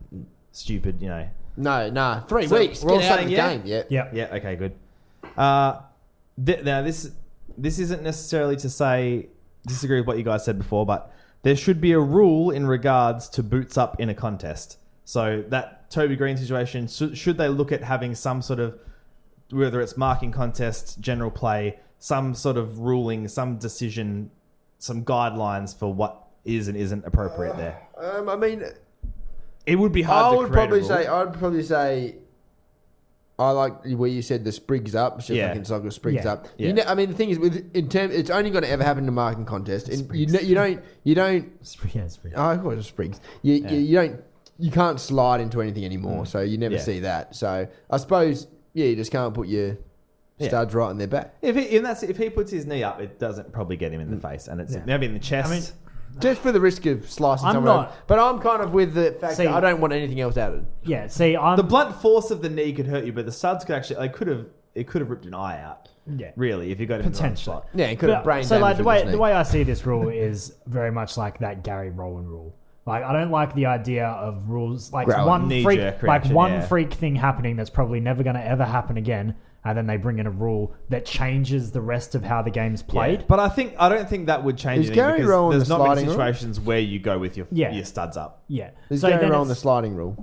S1: Stupid, you know.
S2: No, nah, three
S1: So
S2: weeks.
S1: we're all
S2: Get out of
S1: saying
S2: the
S1: yeah?
S2: game. Yeah.
S4: Yeah.
S1: Yeah. Okay. Good. Uh, th- now this this isn't necessarily to say disagree with what you guys said before, but there should be a rule in regards to boots up in a contest. So that Toby Green situation, should, should they look at having some sort of whether it's marking contest, general play, some sort of ruling, some decision, some guidelines for what is and isn't appropriate there?
S2: Um, I mean,
S1: It would be
S2: I
S1: hard. to
S2: would
S1: create a
S2: probably
S1: rule.
S2: say I'd probably say I like where you said the sprigs up. It's just
S1: Yeah.
S2: like it's like a sprigs
S4: Yeah.
S2: up.
S1: Yeah.
S2: You know, I mean, the thing is, with in term, it's only going to ever happen in a marking contest, and you, know, you don't, you don't. oh,
S4: Yeah, it's pretty-
S2: I call it sprigs. You, you, you don't, you can't slide into anything anymore. So you never
S1: Yeah.
S2: see that. So I suppose, yeah, you just can't put your
S1: Yeah.
S2: studs right in their back.
S1: If he, and that's, if he puts his knee up, it doesn't probably get him in the face, and it's
S4: Mm. Yeah.
S1: maybe in the chest.
S4: I mean,
S2: Just for the risk of slicing
S4: I'm
S2: someone.
S4: not-
S2: up. But I'm kind of with the fact
S4: See-
S2: that I don't want anything else added.
S4: yeah. See, I'm
S1: the blunt force of the knee could hurt you, but the studs could actually. They could have. It could have ripped an eye out.
S4: yeah.
S1: Really, if you got him In
S4: Potentially.
S1: the right spot.
S2: Yeah, it could have
S4: But-
S2: brain
S4: so
S2: damage.
S4: like the
S2: with
S4: way
S2: his knee.
S4: the way I see this rule is very much like that Gary Rowan rule. Like I don't like the idea of rules like
S2: Growling.
S4: one
S1: Knee-jerk
S4: freak like
S1: reaction,
S4: one
S1: yeah.
S4: freak thing happening that's probably never going to ever happen again, and then they bring in a rule that changes the rest of how the game's played.
S1: But I think I don't think that would change
S2: Is
S1: anything
S2: Gary
S1: because
S2: Rowan
S1: there's
S2: the
S1: not many
S2: sliding rule?
S1: situations where you go with your
S4: Yeah.
S1: your studs up.
S4: Yeah.
S2: There's
S4: so
S2: going
S4: then
S2: around the
S4: it's-
S2: sliding rule.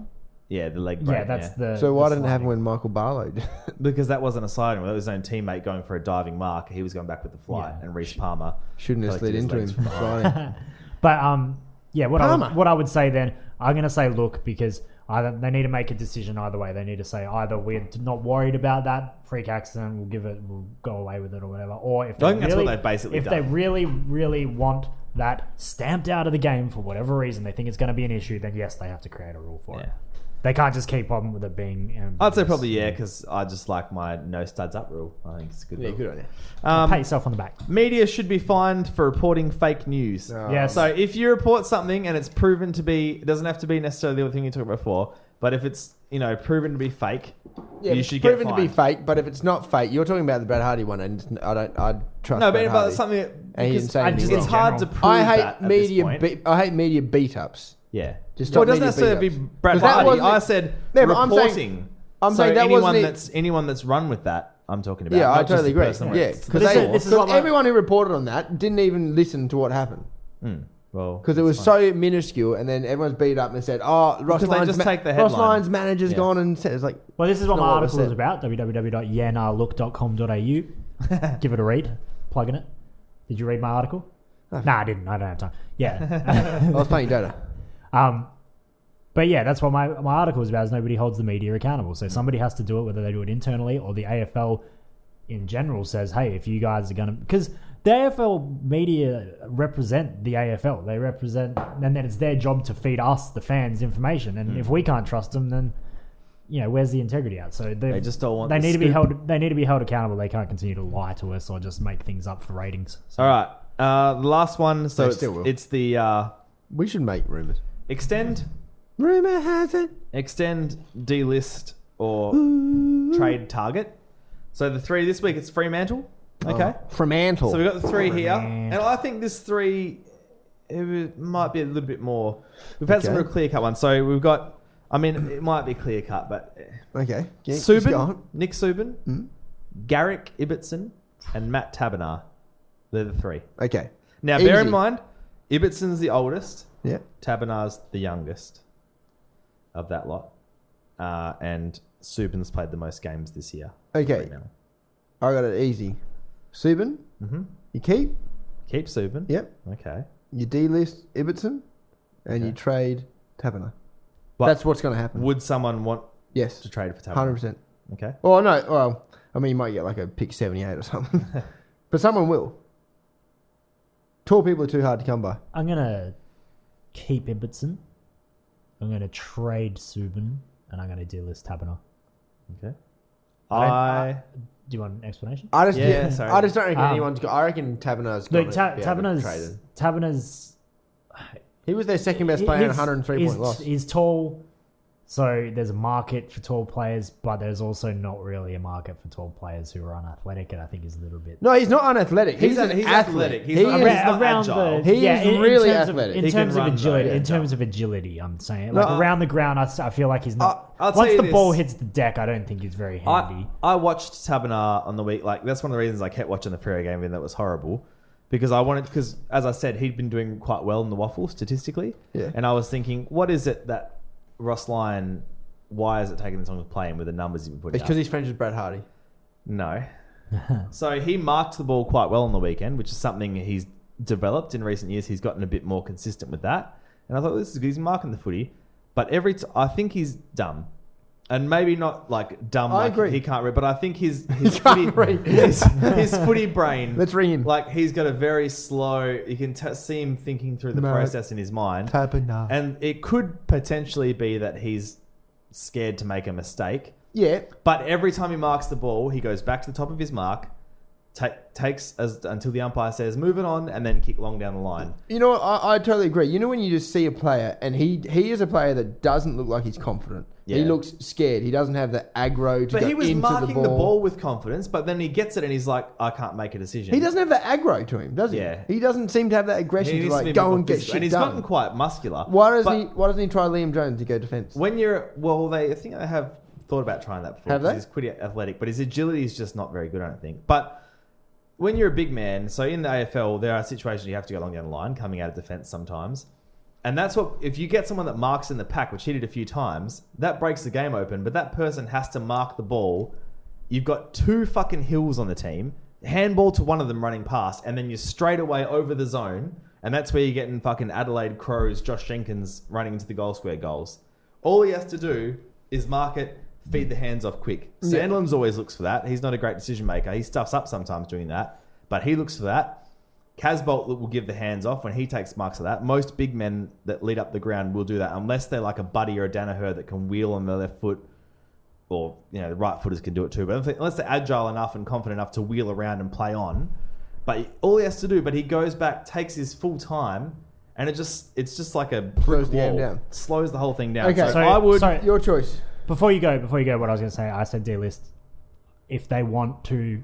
S1: Yeah, the leg break.
S4: yeah, that's the.
S2: So why
S4: the
S2: didn't it happen when
S4: sliding.
S2: Michael Barlow did?
S1: because that wasn't a sliding rule. That was his own teammate going for a diving mark. He was going back with the fly,
S4: Yeah.
S1: and Reece Palmer
S2: Shouldn't have
S1: collected
S2: slid
S1: his
S2: into him.
S1: legs from behind.
S2: Sliding.
S4: But um, yeah. What I
S2: Palmer.
S4: would, what I would say then, I'm going to say look because either they need to make a decision either way. They need to say either we're not worried about that freak accident, we'll give it, we'll go away with it or whatever. Or if they
S1: think that's what
S4: really,
S1: they've basically
S4: if
S1: done.
S4: they really really want that stamped out of the game for whatever reason, they think it's going to be an issue. Then yes, they have to create a rule for it.
S1: Yeah.
S4: They can't just keep on with it being. um,
S1: I'd say
S4: ambiguous.
S1: probably yeah, because I just like my no studs up rule. I think it's a good.
S2: yeah,
S1: rule.
S2: good on you.
S1: Um,
S4: pat yourself on the back.
S1: Media should be fined for reporting fake news.
S4: Yeah,
S1: So if you report something and it's proven to be, it doesn't have to be necessarily the thing you talked about before, but if it's you know proven to be fake,
S2: Yeah,
S1: you
S2: it's
S1: should
S2: proven
S1: get
S2: to
S1: fined.
S2: be fake, but if it's not fake, you're talking about the Brad Hardy one, and it's, I don't, I trust.
S1: No,
S2: Brad
S1: but, but
S2: Hardy.
S1: it's something that
S2: And he
S1: because
S2: didn't say
S1: I-
S2: anything
S1: it's
S2: wrong.
S1: hard to
S4: General.
S1: prove.
S2: I hate
S1: that at this
S2: media.
S1: point.
S2: Be- I hate media beat ups.
S1: yeah.
S2: Just
S1: well, it
S2: don't
S1: doesn't
S2: need to beat
S1: necessarily be
S2: ups.
S1: Brad
S2: 'Cause that
S1: Hardy.
S2: wasn't
S1: I
S2: it.
S1: said
S2: No, but I'm
S1: reporting.
S2: saying- I'm
S1: so
S2: saying that
S1: anyone
S2: wasn't it.
S1: that's anyone that's run with that, I'm talking about.
S2: Yeah,
S1: not
S2: I
S1: just
S2: totally
S1: the
S2: agree.
S1: person where
S2: Yeah,
S1: it's the
S2: because
S4: This
S2: they,
S4: is- this is
S2: 'cause
S4: what my-
S2: everyone who reported on that didn't even listen to what happened
S1: Hmm. well,
S2: because it was so minuscule, and then everyone's beat up and said, "Oh, Ross
S1: Because they
S2: Lyon's,
S1: just take the
S2: Ross
S1: headline.
S2: Lyon's manager's
S1: Yeah.
S2: gone and said, "It's like."
S4: Well, this is what
S2: Not
S4: my
S2: what
S4: article
S2: was
S4: is
S2: said.
S4: about www.yanarlook.com.au. Give it a read. Plugging it. Did you read my article?
S2: Oh.
S4: Nah, I didn't. I don't have time.
S2: I
S4: Yeah.
S2: was "Oh, playing Dota.
S4: um, but yeah, that's what my, my article is about is nobody holds the media accountable.
S1: Mm.
S4: So somebody has to do it, whether they do it internally or the AFL in general says, hey, if you guys are going to. Because the AFL media represent the AFL. They represent. And then it's their job to feed us, the fans, information. And
S1: Mm.
S4: if we can't trust them, then. You know, where's the integrity at? So
S1: They just don't want
S4: They
S1: the
S4: need to be
S1: scoop.
S4: held. They need to be held accountable. They can't continue to lie to us or just make things up for ratings. So
S1: All right, uh, the last one. So
S2: They
S1: it's,
S2: still will.
S1: it's the uh,
S2: We should make rumors.
S1: extend,
S2: Rumor has it.
S1: extend, delist, or trade target. So the three this week it's Fremantle.
S2: Oh.
S1: Okay.
S2: From Antle.
S1: So we've got the three here. And I think this three it was- might be a little bit more. We've had some
S2: Okay.
S1: real clear cut ones. So we've got, I mean, it might be clear cut, but
S2: okay. Yeah, he's
S1: Subin,
S2: gone.
S1: Nick Subin,
S2: Hmm?
S1: Garrick Ibbotson, and Matt Tabernar. They're the three.
S2: Okay.
S1: Now, bear in
S2: Easy.
S1: mind, Ibbotson's the oldest,
S2: Yeah.
S1: Tabernar's the youngest of that lot. Uh, and Subin's played the most games this year.
S2: Okay.
S1: Fremantle.
S2: I got it easy. Subin,
S1: Mhm.
S2: you keep.
S1: Keep Subin.
S2: Yep.
S1: Okay.
S2: You delist Ibbotson, and you
S1: Okay.
S2: trade Taberner.
S1: But
S2: That's what's going to happen.
S1: Would someone want
S2: yes.
S1: to trade for
S2: Hundred
S1: Tabernar?
S2: percent.
S1: Okay.
S2: Well, no. Well, I mean, you might get like a pick seventy-eight or something, but someone will. Tall people are too hard to come by.
S4: I'm gonna keep Ibbotson. I'm gonna trade Subin, and I'm gonna delist Tabernar.
S1: Okay.
S4: I don't-
S1: I
S4: Do you want an explanation?
S2: I just,
S1: Yeah,
S2: yeah,
S1: sorry.
S2: I just don't reckon
S4: Um,
S2: anyone's got. I reckon Taberner's got.
S4: Look, Ta- Taberna's Taberna's
S2: He was their second best player in a
S4: he's-
S2: hundred and three
S4: he's-
S2: point loss.
S4: He's tall, so there's a market for tall players, but there's also not really a market for tall players who are unathletic, and I think is a little bit.
S2: No, he's not unathletic. He's,
S1: He's
S2: an
S1: a- he's
S2: athlete.
S1: athletic. He's
S2: he
S1: not-
S2: is,
S1: he's not agile.
S2: He is really
S4: terms
S2: athletic.
S4: Of, in
S1: He can
S4: terms of
S1: run, though,
S4: agility,
S1: yeah.
S4: in terms of agility, I'm saying like
S2: No, uh,
S4: around the ground, I, s- I feel like he's not.
S1: I'll tell
S4: once
S1: you
S4: the ball
S1: this.
S4: hits the deck, I don't think he's very handy.
S1: I, I watched Tabernar on the week. Like that's one of the reasons I kept watching the Freo game, even though it was horrible, because I wanted. Because as I said, he'd been doing quite well in the waffle statistically,
S2: Yeah.
S1: and I was thinking, what is it that Ross Lyon, why is it taking this long to play him with the numbers you've been putting
S2: It's
S1: up?
S2: because he's friends with Brad Hardy.
S1: No. so he marked the ball quite well on the weekend, which is something he's developed in recent years. He's gotten a bit more consistent with that. And I thought this is good. He's marking the footy, but every t- I think he's dumb. And maybe not like dumb.
S2: I
S1: like
S2: agree.
S1: He can't read, but I think his his footy,
S2: can't read.
S1: his, his footy brain.
S2: Let's ring him.
S1: Like he's got a very slow. You can t- see him thinking through the
S2: Mar-
S1: process in his mind.
S2: Tabernacle.
S1: And it could potentially be that he's scared to make a mistake.
S2: Yeah,
S1: But every time he marks the ball, he goes back to the top of his mark, ta- takes as, until the umpire says "moving on," and then kick long down the line.
S2: you know, what? I, I totally agree. You know, when you just see a player, and he he is a player that doesn't look like he's confident. He
S1: Yeah.
S2: looks scared. He doesn't have the aggro to
S1: But
S2: go
S1: he was
S2: into
S1: marking
S2: the
S1: the
S2: ball.
S1: ball. with confidence, but then he gets it and he's like, "I can't make a decision."
S2: He doesn't have that aggro to him, does he?
S1: Yeah.
S2: He doesn't seem to have that
S1: He
S2: aggression to
S1: needs to be
S2: like
S1: a bit
S2: go
S1: more
S2: and get
S1: physical.
S2: shit
S1: and he's
S2: done.
S1: gotten quite muscular.
S2: Why does
S1: But
S2: he? Why doesn't he try Liam Jones to go defence?
S1: When you're well, they I think they have thought about trying that before.
S2: Have
S1: 'cause
S2: they?
S1: He's pretty athletic, but his agility is just not very good. I don't think. But when you're a big man, so in the AFL, there are situations you have to go long down the line, coming out of defence sometimes, and that's what if you get someone that marks in the pack, which he did a few times, that breaks the game open. But that person has to mark the ball. You've got two fucking hills on the team. Handball to one of them running past, and then you're straight away over the zone, and that's where you're getting fucking Adelaide Crows, Josh Jenkins running into the goal square goals. All he has to do is mark it, feed the hands off quick. Sandlin's always looks for that. He's not a great decision maker. He stuffs up sometimes doing that, but he looks for that. Casbolt will give the hands off when he takes marks of that. Most big men that lead up the ground will do that unless they're like a Buddy or a Danaher that can wheel on their left foot or you know the right footers can do it too. But unless- unless they're agile enough and confident enough to wheel around and play on, but all he has to do, but he goes back, takes his full time, and it just it's just like a brick
S2: Slows the
S1: wall.
S2: game down.
S1: slows the whole thing down.
S2: Okay.
S1: So
S2: So-
S1: I would
S4: sorry,
S2: Your choice.
S4: Before you go, before you go, what I was going to say, I said D list. If they want to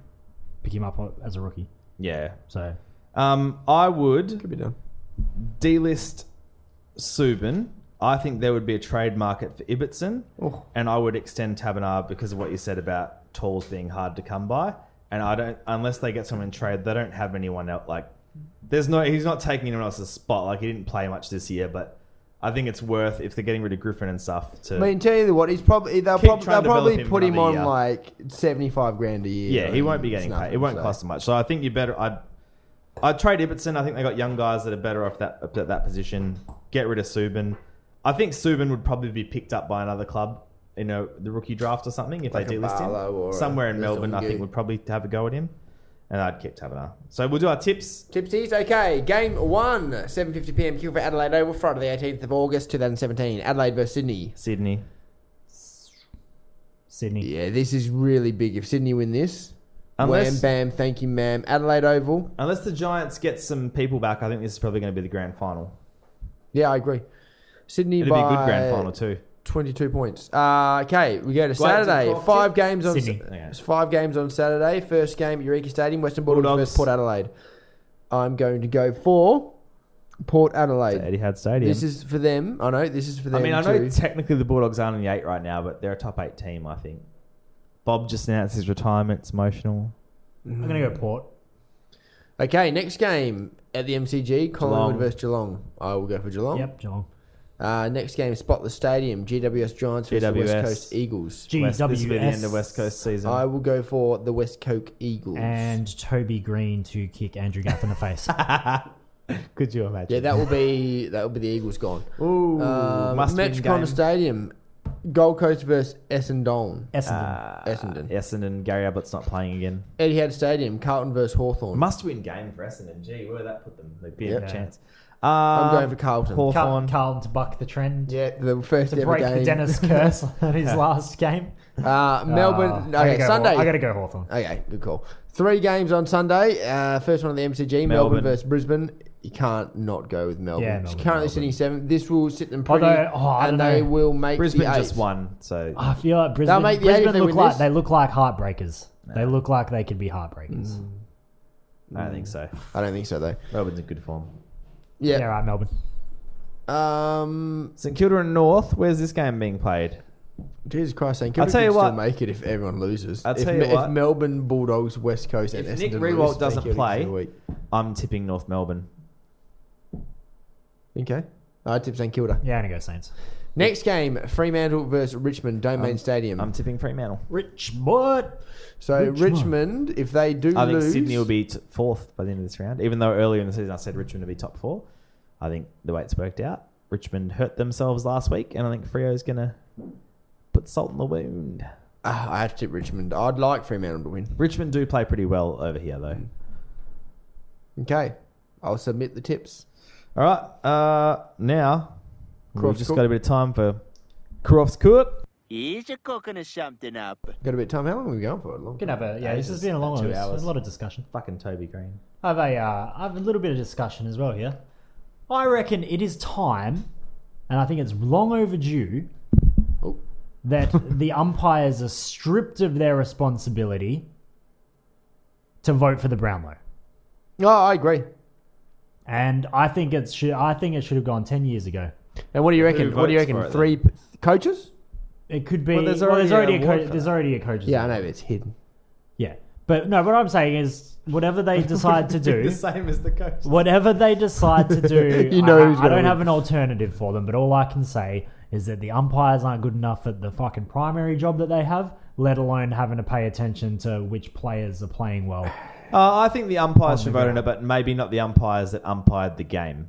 S4: pick him up as a rookie,
S1: yeah.
S4: so
S1: Um, I would
S2: be done.
S1: delist Subin. I think there would be a trade market for Ibbotson,
S2: Oh.
S1: and I would extend Tabernar because of what you said about tools being hard to come by. And I don't, unless they get someone in trade, they don't have anyone else. Like, there's no, he's not taking anyone else's spot. Like, he didn't play much this year, but I think it's worth if they're getting rid of Griffin and stuff to.
S2: I mean, tell you what, he's probably they'll,
S1: Keep
S2: prob-
S1: trying
S2: they'll
S1: to develop
S2: probably
S1: him
S2: put him
S1: another
S2: on
S1: year.
S2: like seventy-five grand a year.
S1: yeah, he won't be
S2: and
S1: getting
S2: it's
S1: paid. It won't
S2: nothing, so.
S1: cost him much. So I think you better. I'd, I'd trade Ibbotson. I think they got young guys that are better off that at that position. Get rid of Subin. I think Subin would probably be picked up by another club, you know, the rookie draft or something if
S2: Like
S1: they
S2: a
S1: delist
S2: Barlow
S1: him
S2: or a-
S1: somewhere in
S2: there's
S1: Melbourne. I
S2: something
S1: think
S2: good.
S1: would probably have a go at him, and I'd keep Tabernar. So we'll do our tips.
S2: Tipsies, okay. Game one, 7.50pm, kill for Adelaide Oval, Friday the 18th of August 2017. Adelaide versus Sydney.
S1: Sydney.
S4: Sydney.
S2: Yeah, this is really big. If Sydney win this,
S1: Unless-
S2: wham, bam, thank you, ma'am. Adelaide Oval.
S1: Unless the Giants get some people back, I think this is probably going to be the grand final.
S2: Yeah, I agree. Sydney
S1: It'll be
S2: by
S1: a good grand final too.
S2: 22 points. Uh, okay, we go to Saturday.
S1: talk
S2: Five
S1: to-
S2: games on
S4: Sydney.
S1: Okay.
S2: It's five games on Saturday. First game at Eureka Stadium, Western Bulldogs,
S1: Bulldogs.
S2: versus Port Adelaide. I'm going to go for Port Adelaide.
S1: Etihad Stadium.
S2: This is for them. I know this is for them.
S1: I mean, I know
S2: too.
S1: technically the Bulldogs aren't in the eight right now, but they're a top eight team, I think. Bob just announced his retirement. It's emotional.
S4: I'm going to go Port.
S2: Okay, next game at the MCG, Collingwood
S1: Geelong.
S2: versus Geelong. I will go for Geelong.
S4: Yep, Geelong.
S2: Uh, next game, Spotless Stadium, GWS Giants versus the West
S1: GWS.
S2: Coast Eagles.
S1: West-
S4: GWS.
S1: This will be the end of West Coast season.
S2: I will go for the West Coast Eagles.
S4: And Toby Green to kick Andrew Gaff in the face.
S2: Ah.
S1: Could you
S2: yeah,
S1: imagine?
S2: that will be that will be the Eagles gone.
S1: Ooh,
S2: Um,
S1: must win
S2: Metricon
S1: game.
S2: Stadium, Gold Coast versus Essendon.
S4: Essendon.
S2: Essendon.
S1: Uh, Essendon. Gary Ablett's not playing again.
S2: Etihad Stadium, Carlton versus Hawthorn.
S1: Must win game for Essendon. Gee, where would that put them? They'd be
S2: Yep.
S1: a chance.
S2: I'm
S1: Um,
S2: going for Carlton.
S1: Hawthorn.
S4: Carl- Carlton to buck the trend.
S2: yeah, the first
S4: To
S2: ever
S4: break
S2: game.
S4: the Dennis curse on his last game.
S2: Uh,
S1: Ah.
S2: Melbourne.
S4: Uh, I gotta
S2: okay,
S4: go
S2: Sunday.
S4: Haw- I got to go Hawthorn.
S2: Okay, good call. Three games on Sunday. Uh, first one at the MCG, Melbourne,
S1: Melbourne.
S2: versus Brisbane. You can't not go with Melbourne.
S4: Yeah,
S2: It's
S4: Melbourne,
S2: currently
S4: Melbourne.
S2: sitting seventh. This will sit them pretty,
S4: Although, oh, I
S2: and
S4: don't
S2: they
S4: know.
S2: will make
S1: Brisbane
S2: the
S1: just
S2: eighth.
S1: won, so
S4: I feel like Brisbane,
S2: Ah. make the eight if
S4: Brisbane
S2: they
S4: look
S2: win
S4: like
S2: this.
S4: they look like heartbreakers. They look like they could be heartbreakers.
S2: Mm.
S1: I don't think so.
S2: I don't think so though.
S1: Melbourne's in good form.
S4: Yeah.
S2: Yeah.
S4: right, Melbourne.
S2: Um.
S1: St Kilda and North. Where's this game being played?
S2: Jesus Christ, saying, I'll
S1: tell you
S2: can still
S1: what-
S2: make it if everyone loses.
S1: I'll
S2: if,
S1: tell you
S2: Me- if
S1: what.
S2: Melbourne Bulldogs, West Coast, and
S1: If Nick
S2: Essendon
S1: Riewoldt
S2: lose,
S1: doesn't
S2: they kill
S1: play-
S2: each other week.
S1: I'm tipping North Melbourne.
S2: okay. I tip St Kilda.
S4: Yeah, I'm gonna go Saints.
S7: Next game, Fremantle versus Richmond, Domain
S1: Um,
S7: Stadium.
S1: I'm tipping Fremantle.
S4: Rich boy.
S2: So
S7: Richmond. if they do
S1: I think
S7: lose,
S1: Sydney will be t- fourth by the end of this round. Even though earlier in the season I said Richmond would be top four, I think the way it's worked out, Richmond hurt themselves last week, and I think Frio's gonna put salt in the wound.
S7: Ah, I have to tip Richmond. I'd like Fremantle to win.
S1: Richmond do play pretty well over here though.
S7: Okay, I'll submit the tips.
S1: All right, uh, now we've
S7: Crofts
S1: just
S7: Cook.
S1: got a bit of time for Crofts Cook.
S5: He's a cooking of something up.
S7: Got a bit of time. How long are we going for? Long
S4: Can have a yeah. This has been a long
S1: Two
S4: one. It's
S1: hours.
S4: A lot of discussion.
S1: Fucking Toby Green.
S4: I have a, uh, I have a little bit of discussion as well here. I reckon it is time, and I think it's long overdue,
S7: Oh.
S4: that the umpires are stripped of their responsibility to vote for the Brownlow.
S7: Oh, I agree.
S4: And I think it should. I think it should have gone ten years ago.
S7: And what do you reckon?
S1: Who
S7: What do you
S1: votes for
S7: reckon?
S1: it,
S7: Three p- coaches?
S4: It could be.
S1: Well,
S4: Well,
S1: there's
S4: there's
S1: already
S4: already,
S1: an
S4: a
S1: award
S4: co-
S1: for
S4: there's
S1: that.
S4: already a coaches.
S7: Yeah, I know but it's hidden.
S4: Yeah, but no. What I'm saying is, whatever they decide to do,
S1: the same as the coach.
S4: whatever they decide to do,
S7: You know
S4: I,
S7: who's
S4: I
S7: gonna
S4: don't
S7: win.
S4: have an alternative for them. But all I can say is that the umpires aren't good enough at the fucking primary job that they have, let alone having to pay attention to which players are playing well.
S1: Uh, I think the
S7: Oh
S1: umpires should vote on it, but maybe not the umpires that umpired the game.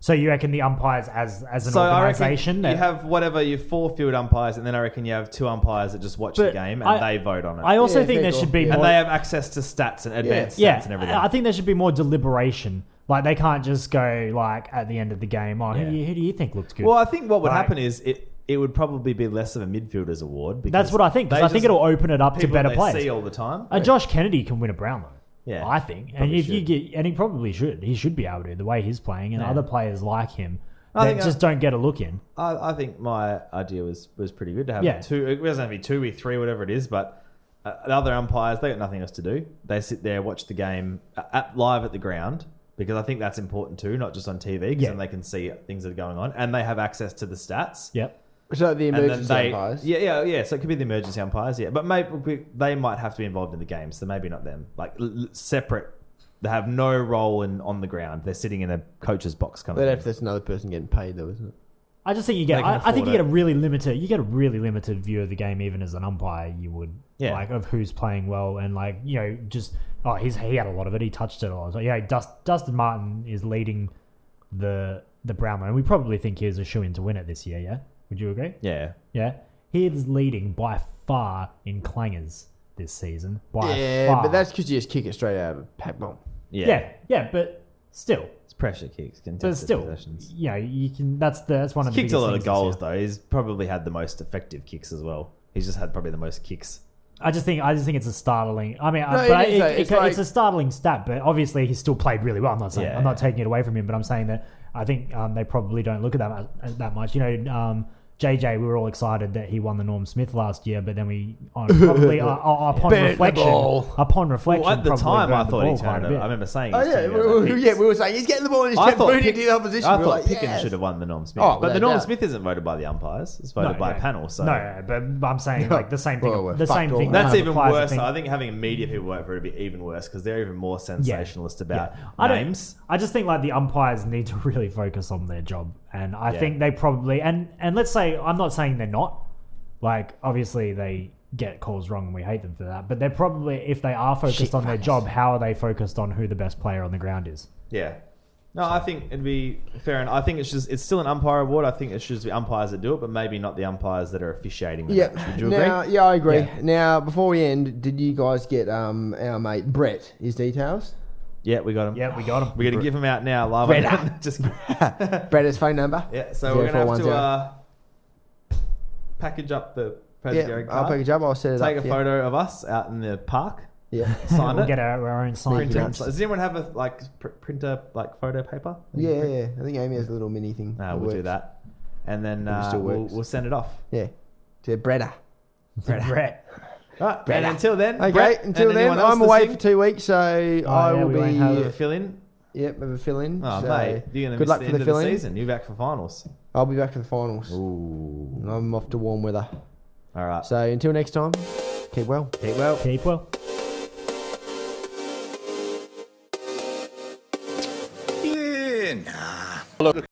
S4: So you reckon the umpires, as as an
S1: So I reckon
S4: organisation,
S1: you
S4: that-
S1: have whatever your four field umpires, and then I reckon you have two umpires that just watch the
S4: But
S1: game and
S4: I-
S1: they vote on it.
S4: I also
S7: Yeah,
S4: think
S7: fair
S4: there
S7: call.
S4: should be
S7: Yeah.
S1: and
S4: more.
S1: they have access to stats and advanced
S7: Yeah.
S1: stats and everything.
S4: I I think there should be more deliberation. Like they can't just go like at the end of the game. Oh,
S1: Yeah.
S4: who, do you, who do you think looked good?
S1: well, I think what would
S4: Like-
S1: happen is it it would probably be less of a midfielders award. Because
S4: That's what I think. 'cause
S1: they
S4: I think
S1: just-
S4: it'll open it up to
S1: people
S4: better
S1: they
S4: players.
S1: see all the time.
S4: Uh, Josh Kennedy can win a Brownlow.
S1: Yeah,
S4: I think, and
S1: probably
S4: if you
S1: should.
S4: get, and he probably should. He should be able to. The way he's playing, and
S1: Yeah.
S4: other players like him
S1: I
S4: that
S1: think I-
S4: just don't get a look in.
S1: I, I think my idea was was pretty good to have
S4: Yeah.
S1: two. It doesn't have to be two, we three, whatever it is. But uh, the other umpires, they got nothing else to do. They sit there, watch the game at, at live at the ground because I think that's important too, not just on TV. Because
S4: Yeah.
S1: then they can see things that are going on and they have access to the stats.
S4: Yep.
S2: So the
S1: And
S2: emergency
S1: then they,
S2: umpires.
S1: yeah, yeah, yeah. So it could be the emergency umpires, yeah. But maybe they might have to be involved in the game, so maybe not them. Like l- l- separate, they have no role in on the ground. They're sitting in a coach's box. Kind
S7: But
S1: of.
S7: if
S1: thing.
S7: that's another person getting paid, though, isn't it?
S4: I just think you get.
S1: They can
S4: I, I think
S1: afford
S4: you get a
S1: it.
S4: really limited. You get a really limited view of the game, even as an umpire. You would
S1: Yeah.
S4: like of who's playing well and like you know just oh he's he had a lot of it. He touched it a lot. So, yeah, Dust, Dustin Martin is leading the the Brownlow, and we probably think he is a shoe in to win it this year. Yeah, would you agree?
S1: Yeah.
S4: Yeah, he is leading by far in clangers this season. By
S7: Yeah,
S4: far.
S7: but that's because you just kick it straight out of a pack bomb.
S1: yeah,
S4: yeah, yeah, but still,
S1: It's pressure kicks,
S4: but
S1: contested
S4: still,
S1: possessions.
S4: you know, you can. That's the that's one of the
S1: kicked a
S4: biggest
S1: lot of
S4: things this
S1: goals
S4: year.
S1: though. He's probably had the most effective kicks as well. He's just had probably the most kicks.
S4: I just think I just think it's a startling. I mean, I-
S7: No, it
S4: but I-
S7: is,
S4: it-
S7: though.
S4: it-
S7: It's
S4: it's,
S7: like-
S4: a startling stat. But obviously, he still played really well. I'm not saying
S1: Yeah.
S4: I'm not taking it away from him, but I'm saying that I think um, they probably don't look at that much, that much. You know, um, JJ, we were all excited that he won the Norm Smith last year, but then we on, probably uh, uh, upon
S7: Burnt the
S4: reflection,
S7: ball.
S4: upon reflection,
S1: Well, at the
S4: probably
S1: time, I
S4: burnt the
S1: thought he
S4: ball quite
S1: turned
S4: a
S1: it.
S4: bit.
S1: I remember saying,
S2: Oh
S1: he's
S2: yeah,
S1: turning
S2: we,
S1: it
S2: we-
S1: over the
S2: yeah.
S1: kicks.
S2: We were saying he's getting the ball and he's
S1: I
S2: kept
S1: thought
S2: booting
S1: Pick-
S2: it to the opposition.
S1: I
S2: We
S1: thought
S2: were like,
S1: Pickens
S2: yes.
S1: should have won the Norm Smith,
S7: Oh,
S1: but the
S7: without
S1: Norm
S7: doubt.
S1: Smith isn't voted by the umpires; it's voted by a panel. So
S4: no, but but I'm saying like the same thing.
S7: Well, we're
S4: the
S7: fucked
S4: same
S7: all
S4: thing.
S7: the
S4: that
S1: That's
S4: kind of
S1: even
S4: applies,
S1: worse. I think having media people work for it would be even worse because they're even more sensationalist about
S4: I don't-
S1: names.
S4: I just think like the umpires need to really focus on their job, and I
S1: Yeah.
S4: think they probably and and let's say I'm not saying they're not. Like obviously they get calls wrong and we hate them for that, but they're probably if they are focused on their job, how are they focused on who the best player on the ground is?
S1: Yeah. No, I think it'd be fair, and I think it's just it's still an umpire award. I think it should be umpires that do it, but maybe not the umpires that are officiating. The match.
S2: Yeah.
S1: Would you agree?
S2: Now, yeah, I agree.
S4: Yeah.
S2: Now, before we end, did you guys get um our mate Brett his details?
S1: Yeah, we got him.
S4: Yeah, we got him.
S1: We're gonna give him out now, live. on- Just kidding.
S2: Brett's phone number.
S1: yeah. So we're gonna have to
S2: 0410.
S1: uh, package up the
S2: Yeah,
S1: Predator Garrick
S2: I'll
S1: card,
S2: pick a job. I'll set it
S1: Take
S2: up.
S1: a
S2: yeah.
S1: photo of us out in the park.
S2: Yeah.
S1: Sign
S4: We'll
S1: it.
S4: get our, our own
S1: print
S4: sign.
S1: it. Does anyone have a like pr- printer like photo paper?
S2: yeah, yeah, yeah. I think Amy has a little mini thing.
S1: Uh,
S2: that
S1: we'll do
S2: works.
S1: that, and then uh,
S2: still
S1: we'll,
S2: works.
S1: we'll send it off.
S2: Yeah, to Bretta.
S4: Brett.
S1: All right, and until then,
S2: Okay,
S1: Brett, and
S2: until then,
S1: anyone else Oh,
S2: I'm away for
S1: listening,
S2: two weeks, so I
S4: yeah,
S2: will
S4: we won't
S2: be.
S4: have-
S1: uh, fill in.
S2: Yep, have a fill in.
S1: Oh
S2: so
S1: mate, you're gonna
S2: good
S1: miss
S2: luck
S1: the
S2: for
S1: end
S2: the
S1: of the
S2: fill in.
S1: season. You're back for finals.
S2: I'll be back for the finals.
S1: Ooh.
S2: And I'm off to warm weather.
S1: All right.
S2: So until next time, keep well.
S1: Keep well.
S4: Keep well.
S3: Yeah, nah.